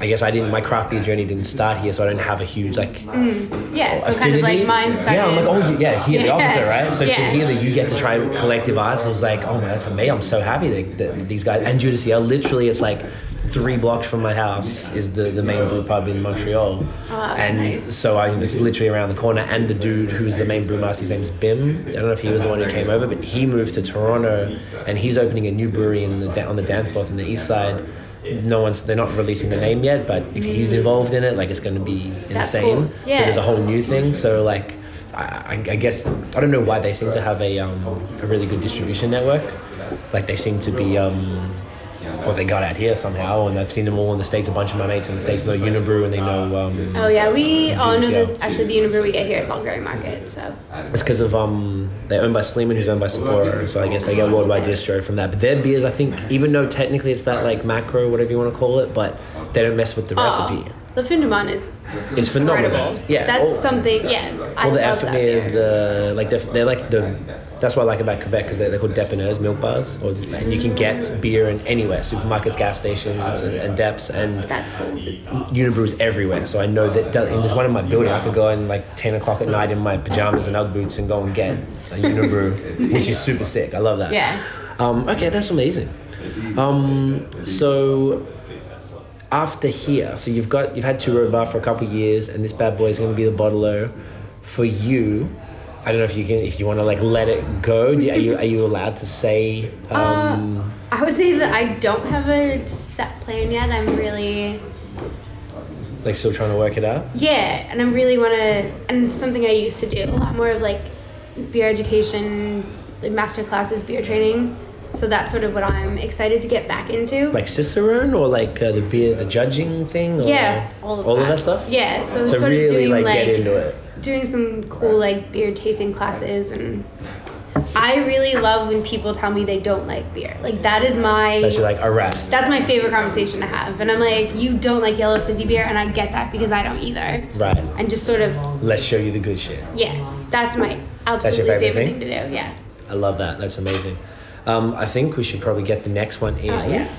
A: I guess I didn't. My craft beer journey didn't start here, so I don't have a huge like.
C: mm, Yeah, so kind of
A: affinity.
C: like mine started.
A: Yeah, I'm like, oh yeah, here the
C: Yeah.
A: opposite, right? So to
C: Yeah.
A: hear that you get to try collective arts, I was like, oh man, that's amazing. I'm so happy that, that these guys and Judas Yell. Literally, it's like three blocks from my house is the, the main brew pub in Montreal,
C: Wow,
A: and
C: nice.
A: so I it's literally around the corner. And the dude who's the main brewmaster, his name's Bim. I don't know if he was the one who came over, but he moved to Toronto, and he's opening a new brewery in the, da- on the Danforth in the east side. No one's they're not releasing the name yet, but if
C: Mm.
A: he's involved in it, like it's going to be
C: That's
A: insane.
C: cool.
A: So there's
C: Yeah.
A: a whole new thing. So like, I, I I guess I don't know why they seem to have a um, a really good distribution network. Like they seem to be. Um, well, they got out here somehow, and I've seen them all in the states. A bunch of my mates in the states know Unibrew, and they know um,
C: Oh yeah, we all know
A: yeah.
C: this. Actually, the universe we get here is all Gary Market, so
A: it's because of um, they're owned by Sleeman, who's owned by Sapporo, so I guess they get worldwide distro from that. But their beers, I think, even though technically it's that like macro, whatever you want to call it, but they don't mess with the recipe.
C: Oh, the Finderman is
A: It's phenomenal.
C: incredible.
A: Yeah, Oh.
C: that's
A: all-
C: something. Yeah, I
A: All the
C: love
A: effort
C: that
A: is
C: beer.
A: the like they're, they're like the that's what I like about Quebec because they're, they're called depanneurs, milk bars, or and you can get beer in anywhere, supermarkets, gas stations, and, and deps, and
C: That's cool.
A: Unibrews everywhere. So I know that that- and there's one in my building. I could go in like ten o'clock at night in my pajamas and UGG boots and go and get a Unibrew, which is super sick. I love that.
C: Yeah.
A: Um, okay, that's amazing. Um, so after here, so you've got you've had two road bar for a couple of years, and this bad boy is going to be the bottler for you. I don't know if you can if you want to like let it go. Do, are you are you allowed to say? Um,
C: I would say that I don't have a set plan yet. I'm really
A: like still trying to work it out.
C: yeah, and I'm really want to, and it's something I used to do a lot more of like beer education, like master classes, beer training. So that's sort of what I'm excited to get back into.
A: Like Cicerone or like uh, the beer, the judging thing. Or
C: yeah, all of that.
A: that stuff.
C: Yeah, so,
A: So
C: sort
A: really
C: of doing
A: like,
C: like,
A: get into it.
C: doing some cool like beer tasting classes and I really love when people tell me they don't like beer. Like that is my
A: That's like a wrap.
C: that's my favorite conversation to have. And I'm like, you don't like yellow fizzy beer, and I get that because I don't either.
A: Right.
C: And just sort of,
A: Let's show you the good shit.
C: yeah, that's my absolutely
A: favorite
C: favorite,
A: thing?
C: thing? to do. Yeah.
A: I love that. That's amazing. Um, I think we should probably get the next one in.
C: Oh, yeah.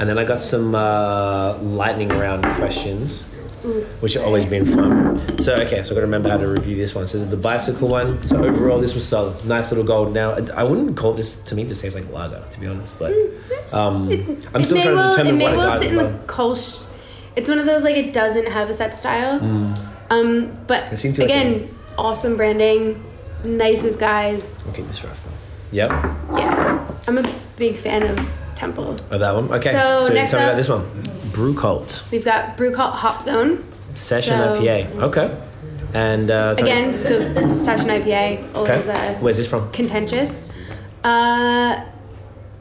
A: And then I got some uh, lightning round questions,
C: Mm.
A: which have always been fun. So, okay, so I've got to remember how to review this one. So, this is the bicycle one. So, overall, this was solid. Nice little gold. Now, I- I wouldn't call this, to me, this tastes like lager, to be honest, but um, I'm still
C: Mm-hmm. it may
A: trying
C: well,
A: to determine
C: it may
A: what
C: well
A: it
C: sit in
A: is.
C: the Kolsch. It's one of those like it doesn't have a set style. Um, but
A: Hmm. It seemed to, like,
C: again, awesome branding, nicest guys.
A: I'll keep this rough, though. Yep.
C: Yeah, I'm a big fan of Temple.
A: Oh, that one. Okay.
C: So, next
A: tell me
C: up-
A: about this one Brew Cult.
C: We've got Brew Cult Hop Zone.
A: Session
C: So-
A: IPA. Okay. And uh, tell me-
C: Again, so session IPA always
A: Okay.
C: uh,
A: Where's this from?
C: contentious. Uh,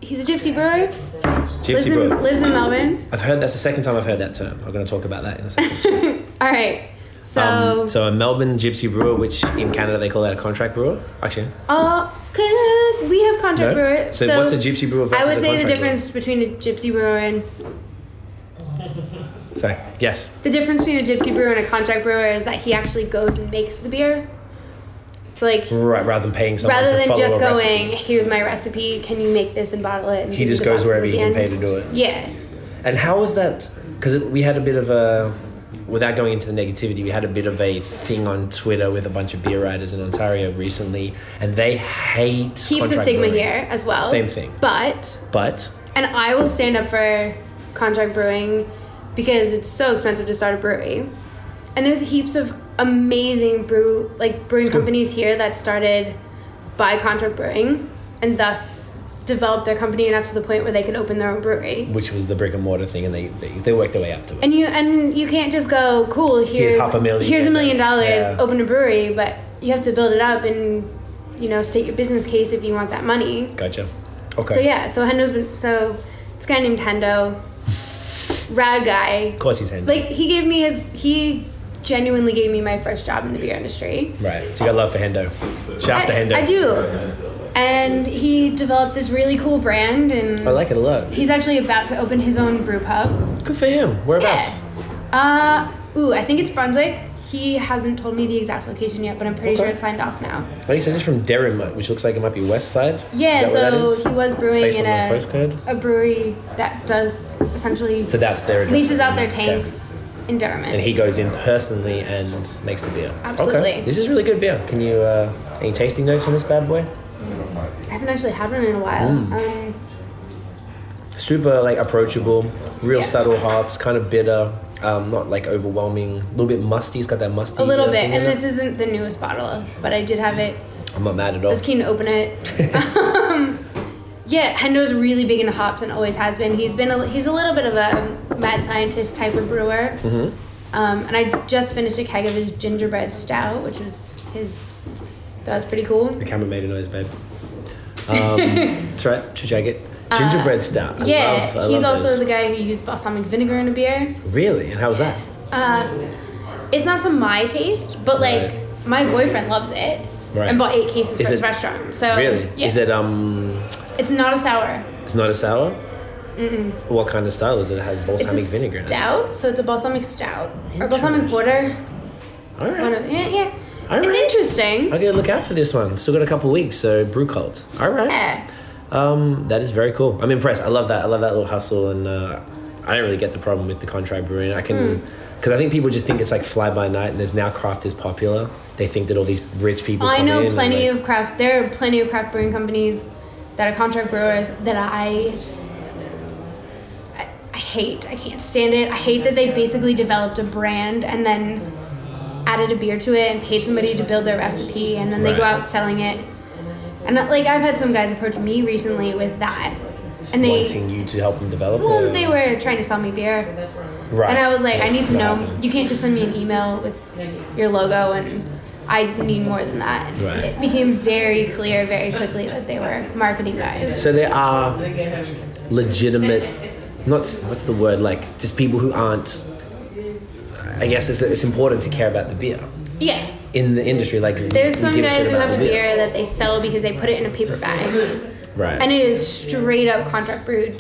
C: he's a gypsy brewer. lives,
A: Gypsy
C: in,
A: Brew.
C: lives in Melbourne.
A: I've heard that's the second time I've heard that term. I'm going to talk about that in a second.
C: All right. So,
A: um, so a Melbourne gypsy brewer, which in Canada they call that a contract brewer. Actually,
C: uh, could we have contract
A: No?
C: brewer?
A: So what's a gypsy brewer versus
C: I
A: a
C: would say the
A: contract
C: difference between a gypsy brewer and
A: sorry, yes,
C: the difference between a gypsy brewer and a contract brewer is that he actually goes and makes the beer. So like.
A: right. Rather than paying Hmm. someone
C: Rather
A: to
C: than
A: follow
C: just
A: a recipe.
C: going, here's my recipe. Can you make this and bottle it? And
A: He
C: give me
A: just
C: the
A: goes
C: boxes
A: wherever
C: at
A: he
C: the
A: can pay
C: end?"
A: to do it.
C: Yeah,
A: And how was that? Because we had a bit of a, without going into the negativity, we had a bit of a thing on Twitter with a bunch of beer writers in Ontario recently, and they hate
C: keeps the
A: contract
C: stigma
A: brewing.
C: here as well.
A: Same thing.
C: But
A: But
C: And I will stand up for contract brewing because it's so expensive to start a brewery. And there's heaps of amazing brew like brewing companies here that started by contract brewing and thus developed their company enough to the point where they could open their own brewery.
A: which was the brick and mortar thing, and they they, they worked their way up to it.
C: And you and you can't just go, cool, here's
A: half a million.
C: here's a million dollars,
A: Yeah.
C: open a brewery, but you have to build it up and you know, state your business case if you want that money.
A: Gotcha. Okay.
C: So yeah, so Hendo's been so this guy named Hendo, rad guy.
A: Of course he's handy.
C: Like he gave me his he genuinely gave me my first job in the beer industry.
A: Right. So you got love for Hendo. Shouts to
C: I,
A: Hendo.
C: I do. And he developed this really cool brand and
A: I like it a lot.
C: he's actually about to open his own brew pub.
A: Good for him. Whereabouts?
C: Uh ooh, I think it's Brunswick. He hasn't told me the exact location yet, but I'm pretty sure
A: Okay.
C: it's signed off now.
A: I think it says it's from Derrim, mate, which looks like it might be West Side.
C: Yeah,
A: Is that where
C: so
A: that is?
C: he was brewing
A: Based
C: in
A: on the
C: a,
A: postcode.
C: a brewery that does essentially
A: So that's their address.
C: leases out their
A: Okay.
C: tanks in Durham.
A: And he goes in personally and makes the beer. Okay.
C: Absolutely.
A: This is really good beer. Can you uh, any tasting notes on this bad boy?
C: I haven't actually had one in a while.
A: Hmm.
C: Um,
A: Super like approachable, real
C: Yeah.
A: subtle hops, kind of bitter, um, not like overwhelming. A little bit musty. It's got that musty.
C: a little
A: uh,
C: bit,
A: thing
C: and
A: in it.
C: this isn't the newest bottle, but I did have it.
A: I'm not mad at
C: I
A: all.
C: was keen to open it. um, yeah, Hendo's really big into hops and always has been. He's been a, he's a little bit of a mad scientist type of brewer.
A: Mm-hmm.
C: Um, and I just finished a keg of his gingerbread stout, which was his. That was pretty cool.
A: The camera made a noise, babe. Um, it's right. To jag it. Gingerbread stout. I
C: Uh, yeah,
A: love, I
C: he's
A: love
C: also
A: those.
C: the guy who used balsamic vinegar in a beer.
A: Really? And how was that?
C: Uh, it's not to my taste, but like
A: Right.
C: my boyfriend loves it.
A: Right.
C: And bought eight cases
A: Is
C: for
A: it-
C: his restaurant. So
A: Really?
C: yeah.
A: Is it um?
C: It's not a sour.
A: It's not a sour. Mm-mm. What kind of style is it? It has
C: It's
A: balsamic
C: a
A: vinegar. in it.
C: stout, so it's a balsamic stout or balsamic water.
A: All
C: One
A: right.
C: of, yeah, yeah.
A: All right.
C: It's interesting.
A: I'm gonna look out for this one. Still got a couple weeks, so brew cult. All right.
C: Yeah.
A: Um, that is very cool. I'm impressed. I love that. I love that little hustle, and uh, I don't really get the problem with the contract brewing. I can,
C: Mm.
A: because I think people just think it's like fly by night, and there's now craft is popular. They think that all these rich people.
C: I
A: come in
C: know
A: and,
C: plenty
A: like-
C: of craft. There are plenty of craft brewing companies that are contract brewers that I, I, I hate. I can't stand it. I hate that they basically developed a brand and then added a beer to it and paid somebody to build their recipe and then they go
A: Right.
C: out selling it. And that, like I've had some guys approach me recently with that, and they
A: wanting you to help them develop.
C: well
A: their-
C: they were trying to sell me beer.
A: right.
C: And I was like, I need to know. You can't just send me an email with your logo, and I need more than that. And
A: Right.
C: It became very clear very quickly that they were marketing guys.
A: So there are legitimate, not what's the word like, just people who aren't I guess it's, it's important to care about the beer
C: Yeah.
A: in the industry. Like we-
C: There's
A: we
C: some
A: give a shit
C: guys who
A: about
C: have a
A: the
C: beer that they sell because they put it in a paper bag.
A: right?
C: And it is straight up contract brewed.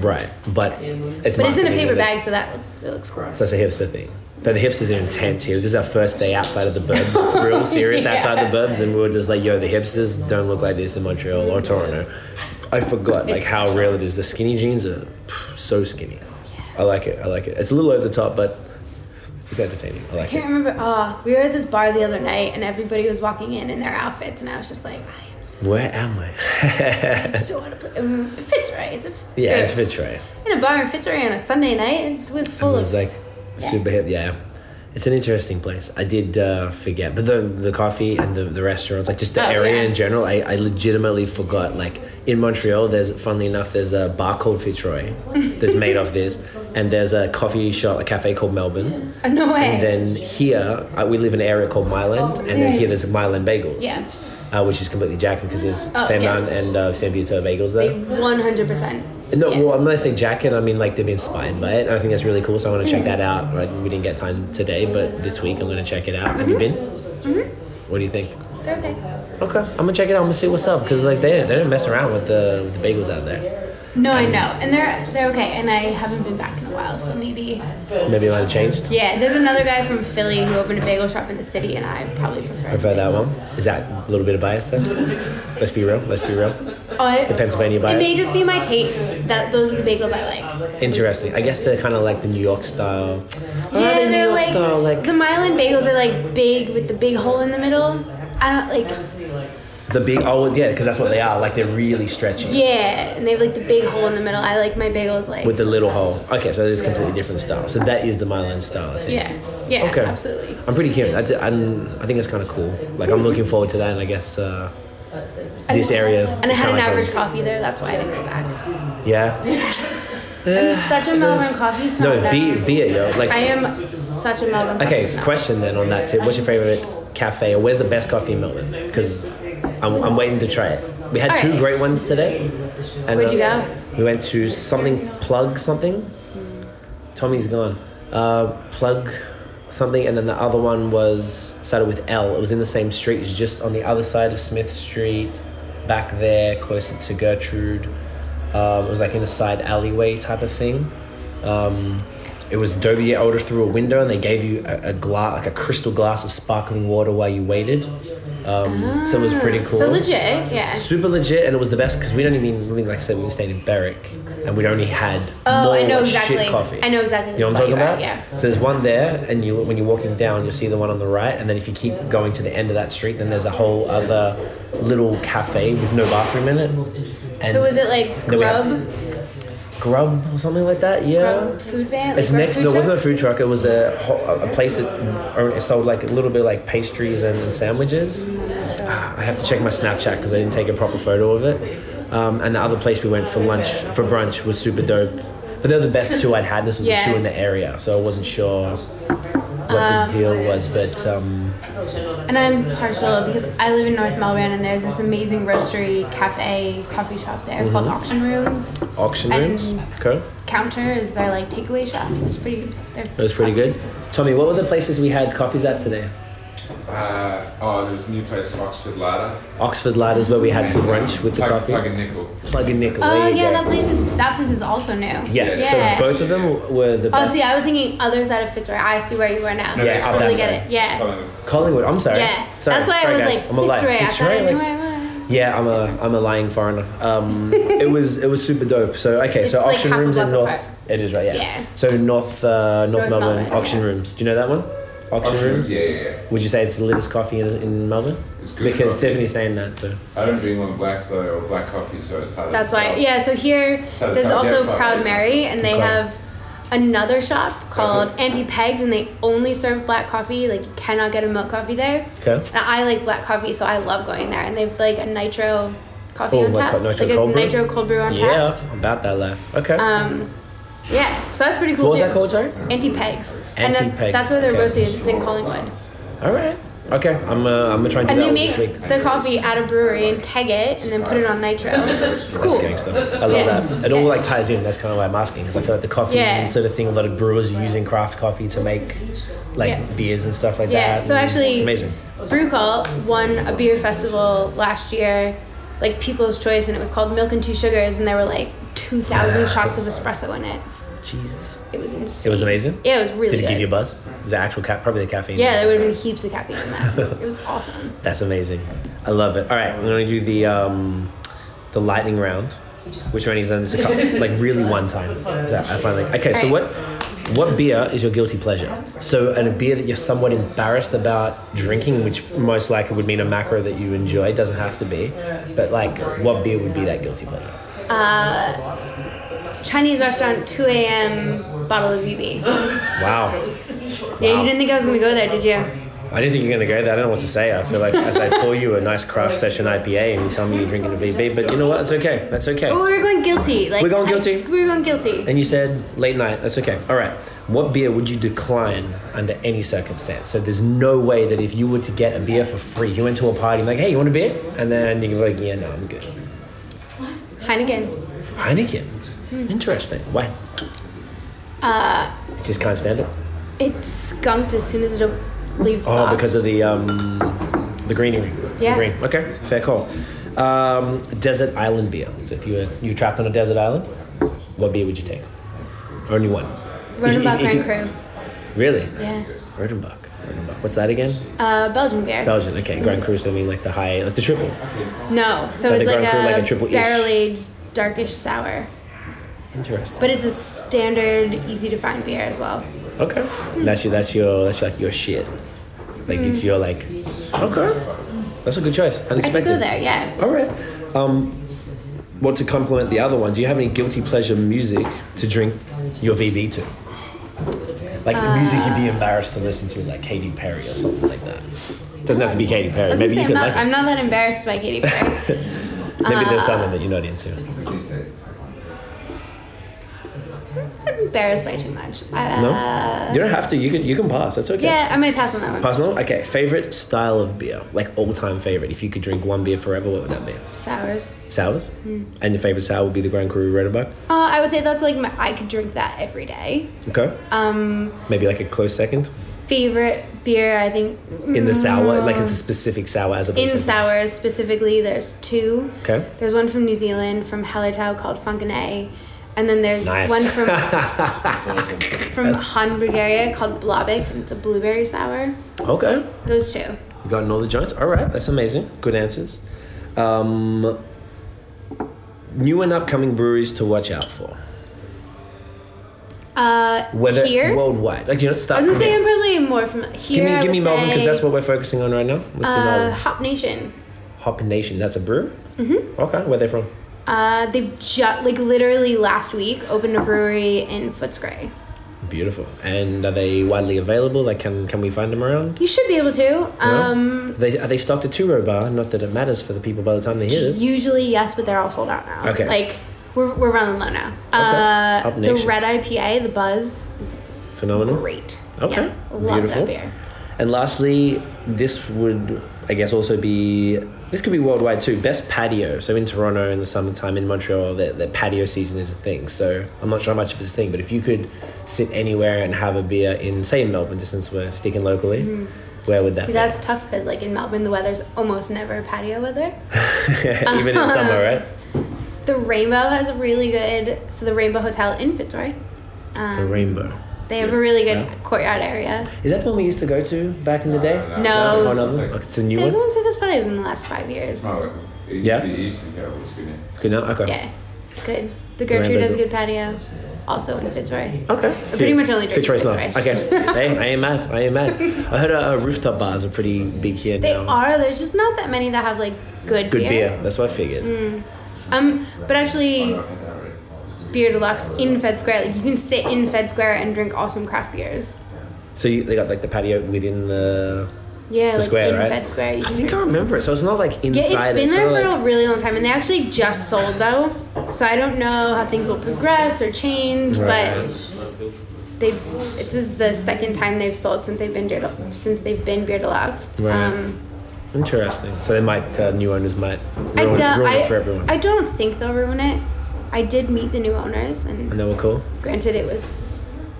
A: right, but it's
C: But it's in a
A: marketing,
C: paper
A: and
C: bag,
A: it's-
C: so that looks, it looks cool.
A: So that's a hipster thing. But the hipsters are intense here. This is our first day outside of the burbs. Real serious
C: Yeah.
A: outside the burbs, and we were just like, yo, the hipsters don't look like this in Montreal or Toronto. I forgot like
C: It's-
A: how real it is. The skinny jeans are pff, so skinny. I like it. I like it. It's a little over the top, but it's entertaining. I
C: I
A: like it.
C: can't remember. Oh, we were at this bar the other night and everybody was walking in in their outfits, and I was just like, I am so,
A: Where am I?
C: I'm so out of place. Um, It fits right. It's a,
A: yeah, it's Fitzroy.
C: in a bar in Fitzroy on a Sunday night. It was full
A: It's
C: of.
A: like super hip. Yeah, it's an interesting place. I did uh, forget, but the the coffee and the, the restaurants, like just the
C: Oh,
A: area
C: yeah.
A: in general, I, I legitimately forgot. Like in Montreal, there's funnily enough, there's a bar called Fitzroy that's made of this, and there's a coffee shop, a cafe called Melbourne.
C: Oh, no way.
A: And then here, uh, we live in an area called Myland, and then here there's Myland Bagels.
C: Oh, Yeah.
A: Uh, which is completely jacking because there's
C: Oh,
A: Fairmount
C: yes.
A: and uh, San Vito bagels there.
C: They 100%.
A: No,
C: yes.
A: well, I'm not saying jacket. I mean, like, they've been inspired by it. And I think that's really cool. So I want to check
C: Mm-hmm.
A: that out. Right? We didn't get time today, but this week I'm going to check it out. Have you been? Mm-hmm. What do you think?
C: They're okay.
A: Okay, I'm going to check it out. I'm going to see what's up. Because, like, they, they don't mess around with the, with the bagels out there.
C: No, I know. And they're they're okay. And I haven't been back in a while, so maybe.
A: Maybe it might have changed.
C: Yeah, there's another guy from Philly who opened a bagel shop in the city, and I probably prefer.
A: Prefer that one?
C: bagels.
A: Is that a little bit of bias there? Let's be real. Let's be real.
C: Oh, I,
A: The Pennsylvania
C: It may
A: bias.
C: just be my taste. That those are the bagels I like.
A: Interesting. I guess they're kind of like the New York style. Oh,
C: Yeah,
A: the New
C: they're
A: York
C: like,
A: style, like
C: the Milan bagels are like big with the big hole in the middle. I don't like.
A: the big. Oh, yeah, because that's what they are. Like they're really stretchy.
C: Yeah, and they have like the big hole in the middle. I like my bagels like.
A: With the little hole. Okay, so it's completely different style. So that is the Milan style, I think.
C: yeah, yeah,
A: Okay.
C: absolutely.
A: I'm pretty keen. I, ju- I'm, I think it's kind of cool. Like, I'm looking forward to that, and I guess uh, this area.
C: And I
A: is
C: had an
A: kinda like
C: average
A: home.
C: coffee there. That's why I didn't go back.
A: Yeah.
C: I'm such a Melbourne coffee snob.
A: Uh, No, be, be it, yo. Like,
C: I am such a Melbourne. coffee
A: okay,
C: snob.
A: question then on that tip. What's your favorite cafe, or where's the best coffee in Melbourne? Because I'm, I'm waiting to try it. We had
C: All
A: two
C: right.
A: great ones today. And,
C: Where'd you
A: uh,
C: go?
A: We went to something, plug something. Tommy's gone. Uh, plug something, and then the other one was started with L. It was in the same street. It's just on the other side of Smith Street, back there, closer to Gertrude. Um, it was like in a side alleyway type of thing. Um, it was Dobie ordered through a window, and they gave you a, a glass, like a crystal glass of sparkling water while you waited. Um, so it was pretty cool
C: Ah, So legit, yeah.
A: super legit, and it was the best because we don't even, we- like I said, we stayed in Berwick, and we'd only had
C: Oh,
A: more
C: I know
A: like,
C: exactly.
A: shit coffee.
C: I know exactly
A: You know what
C: the
A: I'm talking
C: spot
A: about?
C: you're at,
A: So there's one there, and you when you're walking down, you'll see the one on the right, and then if you keep going to the end of that street, then there's a whole other little cafe with no bathroom in it. And
C: So was it like
A: Then we have-
C: grub,
A: Grub or something like that? Yeah.
C: grub food van? like
A: It's
C: grub
A: next.
C: food
A: No, it wasn't a
C: truck?
A: food truck. It was a ho- a a place that owned- it sold like a little bit like pastries and, and sandwiches. Ah, I have to check my Snapchat because I didn't take a proper photo of it. Um, and the other place we went for lunch for brunch was super dope. But they're the best two I'd had. This was
C: Yeah.
A: a two in the area, so I wasn't sure what
C: Um,
A: the deal was. But um,
C: And I'm partial because I live in North Melbourne and there's this amazing roastery, cafe, coffee shop there
A: Mm-hmm.
C: called Auction Rooms.
A: auction
C: And-
A: rooms, okay,
C: Counter is their like takeaway shop. It's pretty. It
A: that was pretty good. Tommy, what were the places we had coffees at today?
E: Uh, oh, there was a new place in Oxford Ladder.
A: Oxford Ladders, where we had
E: And, um,
A: brunch with the
E: plug,
A: coffee.
E: Plug and nickel.
A: Plug and nickel.
C: Oh
A: there you
C: yeah,
A: go.
C: that place is that place is also new.
A: Yes,
C: Yeah.
A: so both of them were the
C: Oh,
A: best.
C: see, I was thinking other side of Fitzroy. I see where you are now.
E: No,
A: Yeah,
E: no,
A: up
C: totally
A: that
C: get
A: side.
C: it. Yeah,
E: Collingwood.
A: Collingwood, I'm sorry.
C: yeah.
A: Sorry,
C: That's why
A: sorry,
C: I was
A: guys.
C: like
A: I'm a liar.
C: Fitzroy. I thought I
A: Fitzroy,
C: knew
A: like-
C: where I was.
A: yeah, I'm a I'm a lying foreigner. Um, it was it was super dope. So okay, so
C: It's like
A: auction
C: half a
A: rooms in
C: block
A: North.
C: apart.
A: It is right, yeah.
C: Yeah.
A: So North uh, North,
C: North
A: Melbourne,
C: Melbourne,
A: auction
C: yeah.
A: rooms. Do you know that one? Auction,
E: Oxford
A: rooms.
E: Rooms, yeah, yeah, yeah.
A: Would you say it's the littest coffee in, in Melbourne?
E: It's good
A: because
E: coffee.
A: Tiffany's saying that. So
E: I don't drink long blacks though, or black coffee, so it's hard. to
C: That's why.
E: tell.
C: Yeah. So here,
E: So
C: there's
E: it's not
C: also
E: their fault,
C: Proud
E: right?
C: Mary, and they
A: Okay.
C: have another shop called
E: it.
C: Anti Pegs, and they only serve black coffee. Like you cannot get a milk coffee there.
A: okay.
C: And I like black coffee, so I love going there. And they've like a nitro coffee
A: Oh,
C: on
A: like
C: tap,
A: a nitro
C: like a
A: cold brew?
C: nitro cold brew on tap.
A: Yeah, about that life. Okay.
C: Um, yeah. So that's pretty
A: what
C: cool.
A: was
C: too.
A: that called? Sorry.
C: Anti pegs. And that,
A: Anti-pegs,
C: that's where their
A: okay.
C: roastery is. It's in Collingwood.
A: All right. Okay, I'm, uh, I'm gonna try and do
C: And
A: that
C: they
A: one this
C: make
A: week.
C: the coffee at a brewery and keg it and then put it on nitro. It's cool.
A: That's gangster. I love
C: Yeah.
A: that. It all
C: Yeah.
A: like ties in. That's kind of why I'm asking because I feel like the coffee
C: Yeah.
A: sort of thing. A lot of brewers are using craft coffee to make like
C: Yeah.
A: beers and stuff like
C: Yeah,
A: that.
C: so
A: and
C: actually,
A: amazing.
C: Brew Cult won a beer festival last year, like People's Choice, and it was called Milk and Two Sugars, and there were like 2,000 shots of espresso in it.
A: Jesus,
C: It was
A: it
C: interesting.
A: was amazing.
C: Yeah, it was really
A: Did it
C: good.
A: give you a buzz? Is the actual ca- probably the caffeine?
C: yeah, there would have been heaps of caffeine in that. it was awesome.
A: That's amazing. I love it. All right, I'm gonna do the um, the lightning round, which Rennie's done this a couple, like really one time. So I find like okay. So
C: All right.
A: what what beer is your guilty pleasure? So and a beer that you're somewhat embarrassed about drinking, which most likely would mean a macro that you enjoy. It doesn't have to be, but like what beer would be that guilty pleasure?
C: Uh, Chinese restaurant, 2 a.m. bottle of BB.
A: Wow.
C: Yeah, you didn't think I was gonna go there, did you?
A: I didn't think you were going to go there. I don't know what to say. I feel like as I pour you a nice craft session IPA and you tell me you're drinking a VB, but you know what? That's okay. That's okay.
C: But Oh, we were going guilty. Like
A: We're going
C: I-
A: guilty.
C: we were going guilty.
A: And you said late night. That's okay. All right. What beer would you decline under any circumstance? So there's no way that if you were to get a beer for free, you went to a party and like, hey, you want a beer? And then you're like, yeah, no, I'm good.
C: Heineken.
A: Heineken. Interesting. Why? Uh, you just can't stand it.
C: It skunked as soon as it o- leaves the
A: Oh,
C: box.
A: because of the um, the greenery. The
C: uh, Yeah.
A: green. Okay. Fair call. Um, desert island beer. So if you were you were trapped on a desert island, what beer would you take? Only one. If- if-
C: Rodenbach
A: if you-
C: and Crew.
A: Really?
C: Yeah.
A: Rodenbach. Rodenbach. What's that again?
C: Uh, Belgian beer.
A: Belgian. Okay, Grand Cru. So I mean, like the high, like the triple.
C: No, so
A: But
C: it's
A: they
C: like
A: grind through
C: a,
A: like a triple-ish.
C: barrel aged darkish sour.
A: Interesting.
C: But it's a standard, easy to find beer as well.
A: okay. That's your. That's your. That's like your shit. Like it's your like. Okay. That's a good choice.
C: I could
A: Unexpected.
C: go there, yeah.
A: All right. Um, what to complement the other one? Do you have any guilty pleasure music to drink your VB to? Like music you'd be embarrassed to listen to, like Katy Perry or something like that. Doesn't have to be Katy Perry.
C: I was
A: Maybe
C: gonna
A: you
C: say, I'm
A: could
C: not,
A: like.
C: I'm not that embarrassed by Katy Perry.
A: Maybe there's something that you're not into.
C: Uh, I'm not embarrassed by too much. I,
A: No,
C: uh,
A: you don't have to. You can you can pass. That's okay.
C: Yeah, I might pass on that one.
A: Personal. Okay. Favorite style of beer, like all time favorite. If you could drink one beer forever, what would that be?
C: Sours.
A: Sours.
C: Hmm.
A: And your favorite sour would be the Grand Cru Redenbach.
C: Uh, I would say that's like my, I could drink that every day.
A: Okay.
C: Um,
A: Maybe like a close second.
C: favorite beer, I think.
A: in the sour, like it's a specific sour as opposed
C: Mm. In
A: to
C: sours specifically, there's two.
A: Okay.
C: There's one from New Zealand from Hallertau called Funkanay, and then there's
A: Nice.
C: one from from Han Bulgaria called Blobik, and it's a blueberry sour.
A: Okay,
C: Those two.
A: you got all the joints. All right, that's amazing. Good answers. Um, new and upcoming breweries to watch out for.
C: Uh,
A: Whether
C: here,
A: worldwide, like you know,
C: I
A: start.
C: was gonna
A: from
C: say I'm
A: here.
C: probably more from here.
A: Give me,
C: I
A: give me
C: would
A: Melbourne because
C: say,
A: that's what we're focusing on right now. Let's do
C: Uh,
A: Melbourne.
C: Hop Nation.
A: Hop Nation. That's a brewery. Mm-hmm. Okay, where they from?
C: Uh, they've just like literally last week opened a brewery in Footscray.
A: Beautiful. And are they widely available? Like, can can we find them around?
C: You should be able to.
A: No?
C: Um,
A: they, are they stocked at Two Row Bar? Not that it matters for the people by the time they hear this.
C: Usually, yes, but they're all sold out now.
A: Okay.
C: Like, we're, we're running low now.
A: Okay.
C: Uh,
A: Up
C: the
A: Nation.
C: Red IPA, the Buzz, is
A: Phenomenal.
C: great.
A: Okay.
C: Yeah, love
A: Beautiful.
C: that beer.
A: And lastly, this would, I guess, also be this could be worldwide too. Best patio. So in Toronto in the summertime, in Montreal, the, the patio season is a thing. So I'm not sure how much of it's a thing, but if you could sit anywhere and have a beer in, say, in Melbourne, just since we're sticking locally, where would that
C: Mm-hmm. See,
A: be?
C: that's tough because, like, in Melbourne, the weather's almost never patio weather.
A: Even in summer, right?
C: The Rainbow has a really good, so the Rainbow Hotel in Fitzroy. um,
A: The rainbow.
C: They have a really good
A: Yeah.
C: courtyard area.
A: Is that the one we used to go to back in the day?
C: No.
A: Oh, no, look, it's a new
C: There's
A: one.
C: one say that's probably within the last five years.
E: Oh, it used
A: Yeah.
E: to be, it used to be terrible. It's good. yeah.
A: Good now. Okay.
C: Yeah, good. The Gertrude
A: Rainbow's
C: has a
A: a-
C: good patio, also in Fitzroy.
A: Okay. So
C: pretty much only drink
A: Fitzroy's not.
C: Fitzroy.
A: Okay. hey, I ain't mad. I ain't mad. I heard uh, uh, rooftop bars are pretty big here
C: They
A: now.
C: are. There's just not that many that have like good,
A: Good beer. That's what I figured.
C: Mm. Um, but actually,
E: Oh, I had that already.
C: Beer Deluxe in Fed Square, like you can sit in Fed Square and drink awesome craft beers.
A: So you, they got like the patio within the.
C: Yeah,
A: The
C: like
A: square,
C: in
A: right?
C: Fed Square. You
A: I
C: can
A: think I remember it. So it's not like
C: yeah, it's
A: inside.
C: been
A: it's
C: there
A: not
C: for
A: like,
C: a really long time, and they actually just sold though, so I don't know how things will progress or change.
A: Right.
C: But they this is the second time they've sold since they've been beer, since they've been beer deluxe.
A: Right.
C: Um,
A: Interesting. So they might uh, new owners might
C: I
A: ruin,
C: do-
A: ruin
C: I,
A: it for everyone.
C: I don't think they'll ruin it. I did meet the new owners, and
A: and they were cool.
C: granted, it was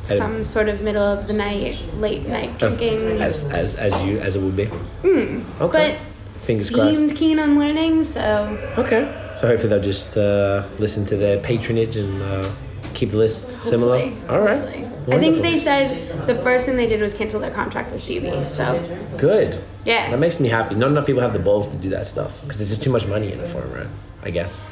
A: Hey.
C: some sort of middle of the night, late night
A: Of-
C: drinking. Mm.
A: as as as you as it would be.
C: but
A: Okay. Fingers
C: seemed
A: crossed.
C: keen on learning, so
A: Okay. So hopefully they'll just uh, listen to their patronage and uh, keep the list similar.
C: Hopefully.
A: All right.
C: I think they
A: Wonderful.
C: said the first thing they did was cancel their contract with CB. So
A: Good.
C: Yeah.
A: That makes me happy. Not enough people have the balls to do that stuff because there's just too much money in it for 'em, right? I guess.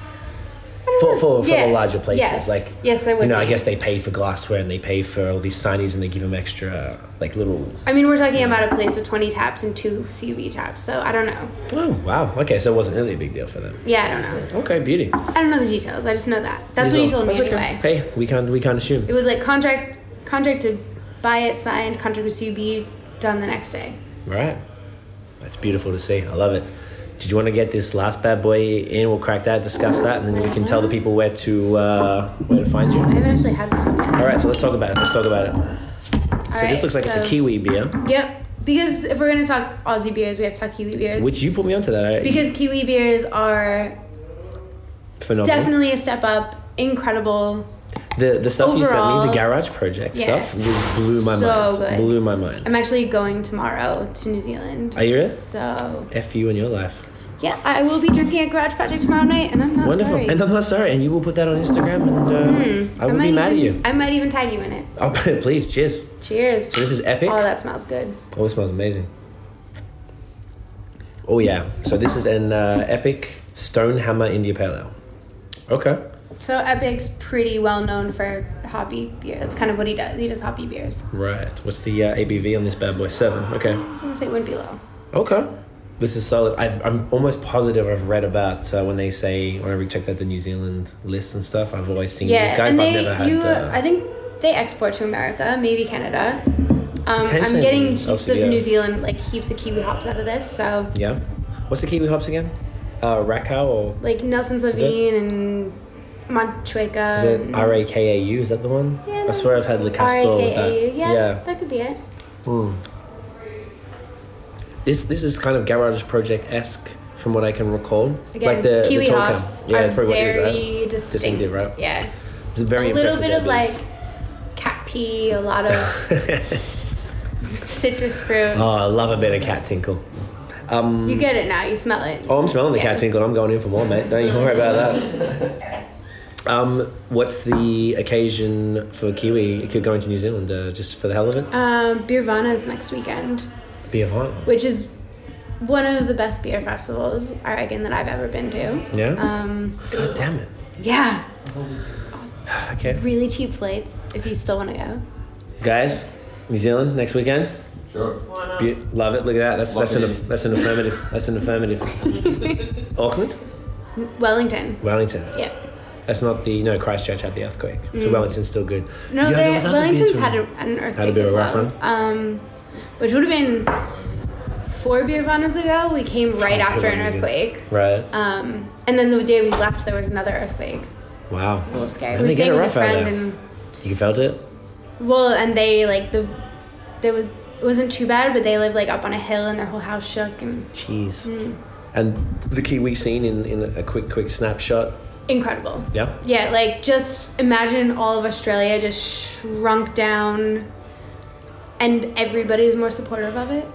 A: For, for, for
C: Yeah.
A: the larger places,
C: Yes.
A: like
C: Yes, there
A: you
C: would
A: know, I
C: be.
A: guess they pay for glassware and they pay for all these signees and they give them extra like little.
C: I mean, we're talking about a place with 20 taps and two CB taps. So I don't know.
A: Oh wow, okay, so it wasn't really a big deal for them.
C: Yeah, I don't know.
A: Okay, beauty.
C: I don't know the details. I just know that. That's
A: These
C: what he
A: are-
C: told me
A: that's okay.
C: anyway.
A: Hey, we can't we can't assume.
C: It was like contract contract to buy it signed, contract with CB done the next day.
A: Right. That's beautiful to see. I love it. Did you want to get this last bad boy in? We'll crack that, discuss that, and then we can tell the people where to uh, where to find you.
C: I haven't actually had this one yet.
A: All right, so let's talk about it. Let's talk about it. so
C: Alright,
A: this looks like it's
C: so-
A: a kiwi beer,
C: Yep. Because if we're gonna talk Aussie beers, we have to talk Kiwi beers.
A: which you put me onto that. I,
C: because Kiwi beers are
A: phenomenal.
C: definitely a step up, incredible.
A: The the stuff you sent me,
C: Overall-
A: the garage project
C: Yes.
A: stuff, just blew my
C: So
A: mind.
C: good.
A: Blew my mind.
C: I'm actually going tomorrow to New Zealand.
A: Are you really?
C: So
A: F you in your life.
C: yeah, I will be drinking at Garage Project tomorrow night, and I'm not
A: Wonderful.
C: Oh, sorry.
A: And I'm not sorry. And you will put that on Instagram, and uh, I will
C: might
A: be mad at
C: even-
A: you.
C: I might even tag you in it.
A: Oh, please, cheers.
C: Cheers.
A: So this is epic.
C: Oh, that smells good.
A: Oh, it smells amazing. Oh yeah. So this is an uh, epic Stonehammer India Pale Ale. Okay.
C: So Epic's pretty well known for hoppy beer. That's kind of what he does. He does hoppy beers.
A: Right. What's the uh, ABV on this bad boy? Seven. Okay.
C: I'm gonna say it wouldn't be low.
A: Okay. This is solid. I've, I'm almost positive I've read about uh, when they say whenever you check out the New Zealand list and stuff. I've always seen these
C: Yeah,
A: guys.
C: and
A: but
C: they
A: I've never had.
C: you
A: uh,
C: I think they export to America, maybe Canada. Um, I'm
A: Potentially
C: getting heaps of
A: LCBO.
C: New Zealand, like heaps of kiwi hops out of this. So
A: yeah. What's the kiwi hops again? Uh, Rakau or
C: like Nelson Savine and Montchueca.
A: is it R A K A U? Is that the one?
C: Um, Yeah,
A: I
C: that-
A: swear I've had the Castor with that.
C: Yeah, that could be it.
A: This this is kind of garage project esque from what I can recall.
C: Again,
A: like the the
C: kiwi
A: tall can.
C: hops
A: Yeah,
C: are
A: that's probably
C: very
A: what it is, right?
C: distinct.
A: Distinctive, right?
C: Yeah,
A: It's very
C: a little
A: impressed
C: bit
A: with
C: of
A: their
C: like cat pee, a lot of
A: beers.
C: citrus fruit.
A: oh, I love a bit of cat tinkle. Um,
C: You get it now. You smell it.
A: Oh, I'm smelling the cat
C: Yeah.
A: tinkle. I'm going in for more, mate. Don't you worry about that. Um, what's the occasion for Kiwi it could go into New Zealand uh, just for the hell of it?
C: Um, Beervana's next weekend,
A: Beer Vine.
C: which is one of the best beer festivals I reckon that I've ever been to.
A: Yeah.
C: Um,
A: God damn it.
C: yeah,
A: Okay,
C: really cheap flights if you still want to go.
A: guys, New Zealand next weekend.
E: Sure.
A: Be- love it. Look at that. That's that's
E: Lock
A: an
E: it
A: aff-
E: in.
A: that's an affirmative. That's an affirmative. Auckland,
C: Wellington.
A: Wellington.
C: Yeah.
A: That's not the no Christchurch had the earthquake, so Wellington's still good.
C: Mm. No,
A: Yeah,
C: there,
A: there was other beers
C: Wellington's
A: from-
C: had, a, had an earthquake
A: a bit
C: as
A: of a rough
C: well. Um, which would have been four beer vanas ago. We came right after an earthquake.
A: right.
C: Um, and then the day we left, there was another earthquake.
A: wow,
C: A little scary.
A: And
C: we were
A: they get it
C: staying with a
A: rough out
C: friend,
A: there.
C: and
A: you felt it.
C: well, and they like the there was it wasn't too bad, but they lived like up on a hill, and their whole house shook. And
A: Jeez.
C: Mm.
A: And the Kiwi scene in, in a quick quick snapshot.
C: incredible.
A: Yeah.
C: Yeah, like just imagine all of Australia just shrunk down, and everybody's more supportive of it.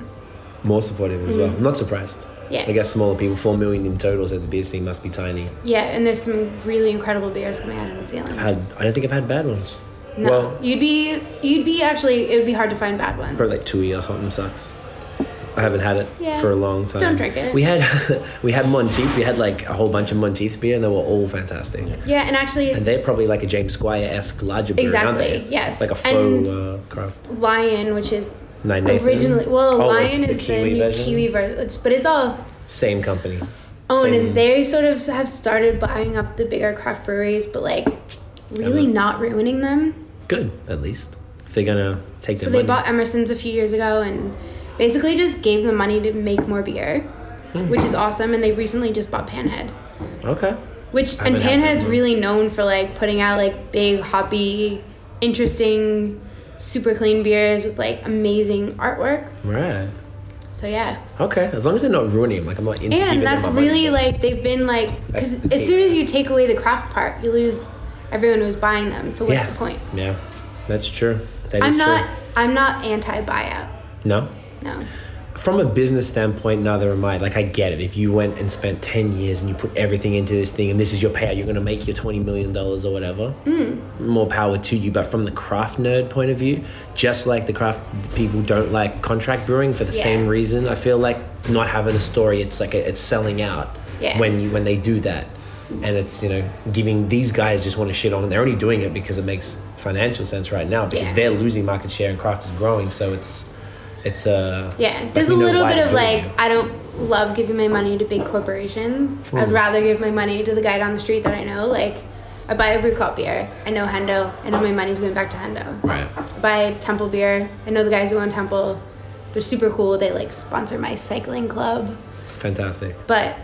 A: More supportive as well. I'm not surprised.
C: Mm. Yeah.
A: I guess smaller people, four million in total, so the beer scene must be tiny.
C: Yeah, and there's some really incredible beers coming out of New Zealand.
A: Had I don't think I've had bad ones.
C: no,
A: Well,
C: you'd be you'd be actually it would be hard to find bad ones.
A: probably like Tui or something sucks. I haven't had it
C: Yeah.
A: for a long time.
C: Don't drink it.
A: We had we had Monteith. We had like a whole bunch of Monteith beer, and they were all fantastic.
C: yeah, and actually
A: And they're probably like a James Squire esque larger brewery, aren't they?
C: Exactly, yes.
A: Like a
C: And-
A: faux uh, craft.
C: Lion, which is
A: Nine Nathan.
C: originally well,
A: Oh, it's
C: Lion
A: the
C: is the,
A: Kiwi
C: new
A: version?
C: Kiwi version, it's, but it's all
A: Same company.
C: owned,
A: Same-
C: and they sort of have started buying up the bigger craft breweries, but like really
A: Ever.
C: not ruining them.
A: Good, at least. If they're gonna take
C: So
A: their
C: they
A: money.
C: bought Emerson's a few years ago and basically just gave them money to make more beer,
A: Hmm.
C: which is awesome. And they recently just bought Panhead.
A: okay.
C: Which
A: I
C: and
A: haven't had that
C: Panhead's
A: one.
C: really known for like putting out like big hoppy, interesting super clean beers with like amazing artwork.
A: Right.
C: So yeah.
A: Okay. As long as they're not ruining them, like I'm not into giving
C: And that's
A: them my money.
C: really like they've been like
A: That's
C: 'cause
A: the
C: as
A: key.
C: soon as you take away the craft part, you lose everyone who's buying them. So what's
A: yeah.
C: the point?
A: Yeah. That's true. That is
C: I'm not
A: true.
C: I'm not anti buyout.
A: No.
C: No.
A: From a business standpoint, neither am I. Like I get it. If you went and spent ten years and you put everything into this thing, and this is your payout, you're gonna make your twenty million dollars or whatever.
C: Mm.
A: More power to you. But from the craft nerd point of view, just like the craft people don't like contract brewing for the
C: Yeah.
A: same reason, I feel like not having a story, it's like a, it's selling out
C: Yeah.
A: when you when they do that, and it's you know giving these guys just want to shit on. They're only doing it because it makes financial sense right now because
C: Yeah.
A: they're losing market share and craft is growing. So it's it's uh
C: Yeah.
A: like,
C: There's
A: we
C: a
A: know
C: little
A: why
C: bit
A: they're
C: of
A: doing
C: like I don't love giving my money to big corporations.
A: Hmm.
C: I'd rather give my money to the guy down the street that I know. Like I buy a brew cop beer. I know Hendo. I know my money's going back to Hendo.
A: it. right.
C: buy Temple beer. I know the guys who own Temple. They're super cool. They like sponsor my cycling club.
A: Fantastic.
C: But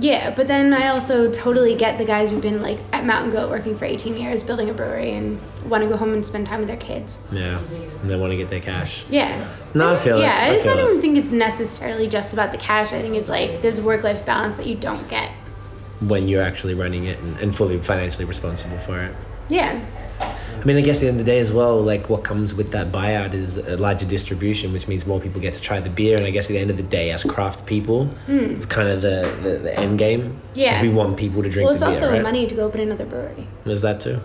C: yeah, but then I also totally get the guys who've been like at Mountain Goat working for 18 years building a brewery and want to go home and spend time with their kids.
A: Yeah, and they want to get their cash.
C: Yeah.
A: No, I feel
C: yeah,
A: it.
C: I,
A: I
C: just
A: feel
C: I
A: it.
C: don't think it's necessarily just about the cash. I think it's like there's work life balance that you don't get.
A: When you're actually running it and, and fully financially responsible for it.
C: Yeah.
A: I mean, I guess at the end of the day as well, like what comes with that buyout is a larger distribution, which means more people get to try the beer. And I guess at the end of the day, as craft people, kind of the, the, the end game.
C: Hmm. Yeah.
A: Is we want people to drink
C: Well, it's
A: the beer,
C: also
A: right?
C: money Hmm. to go open another brewery.
A: Is that too?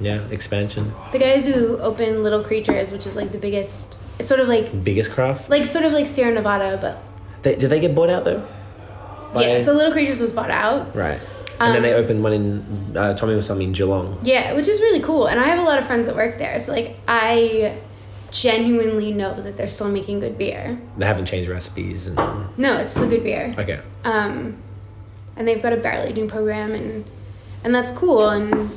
A: Yeah, expansion.
C: The guys who open Little Creatures, which is like the biggest, it's sort of like
A: Biggest craft.
C: like sort of like Sierra Nevada, but
A: They, did they get bought out though?
C: yeah.
A: By-
C: So Little Creatures was bought out.
A: right. and then
C: Um,
A: they opened one in, uh, Tommy was something in Geelong.
C: Yeah, which is really cool. And I have a lot of friends that work there, so like I genuinely know that they're still making good beer.
A: They haven't changed recipes. and
C: No, it's still good beer.
A: Okay.
C: Um, and they've got a barrel aging program, and and that's cool. And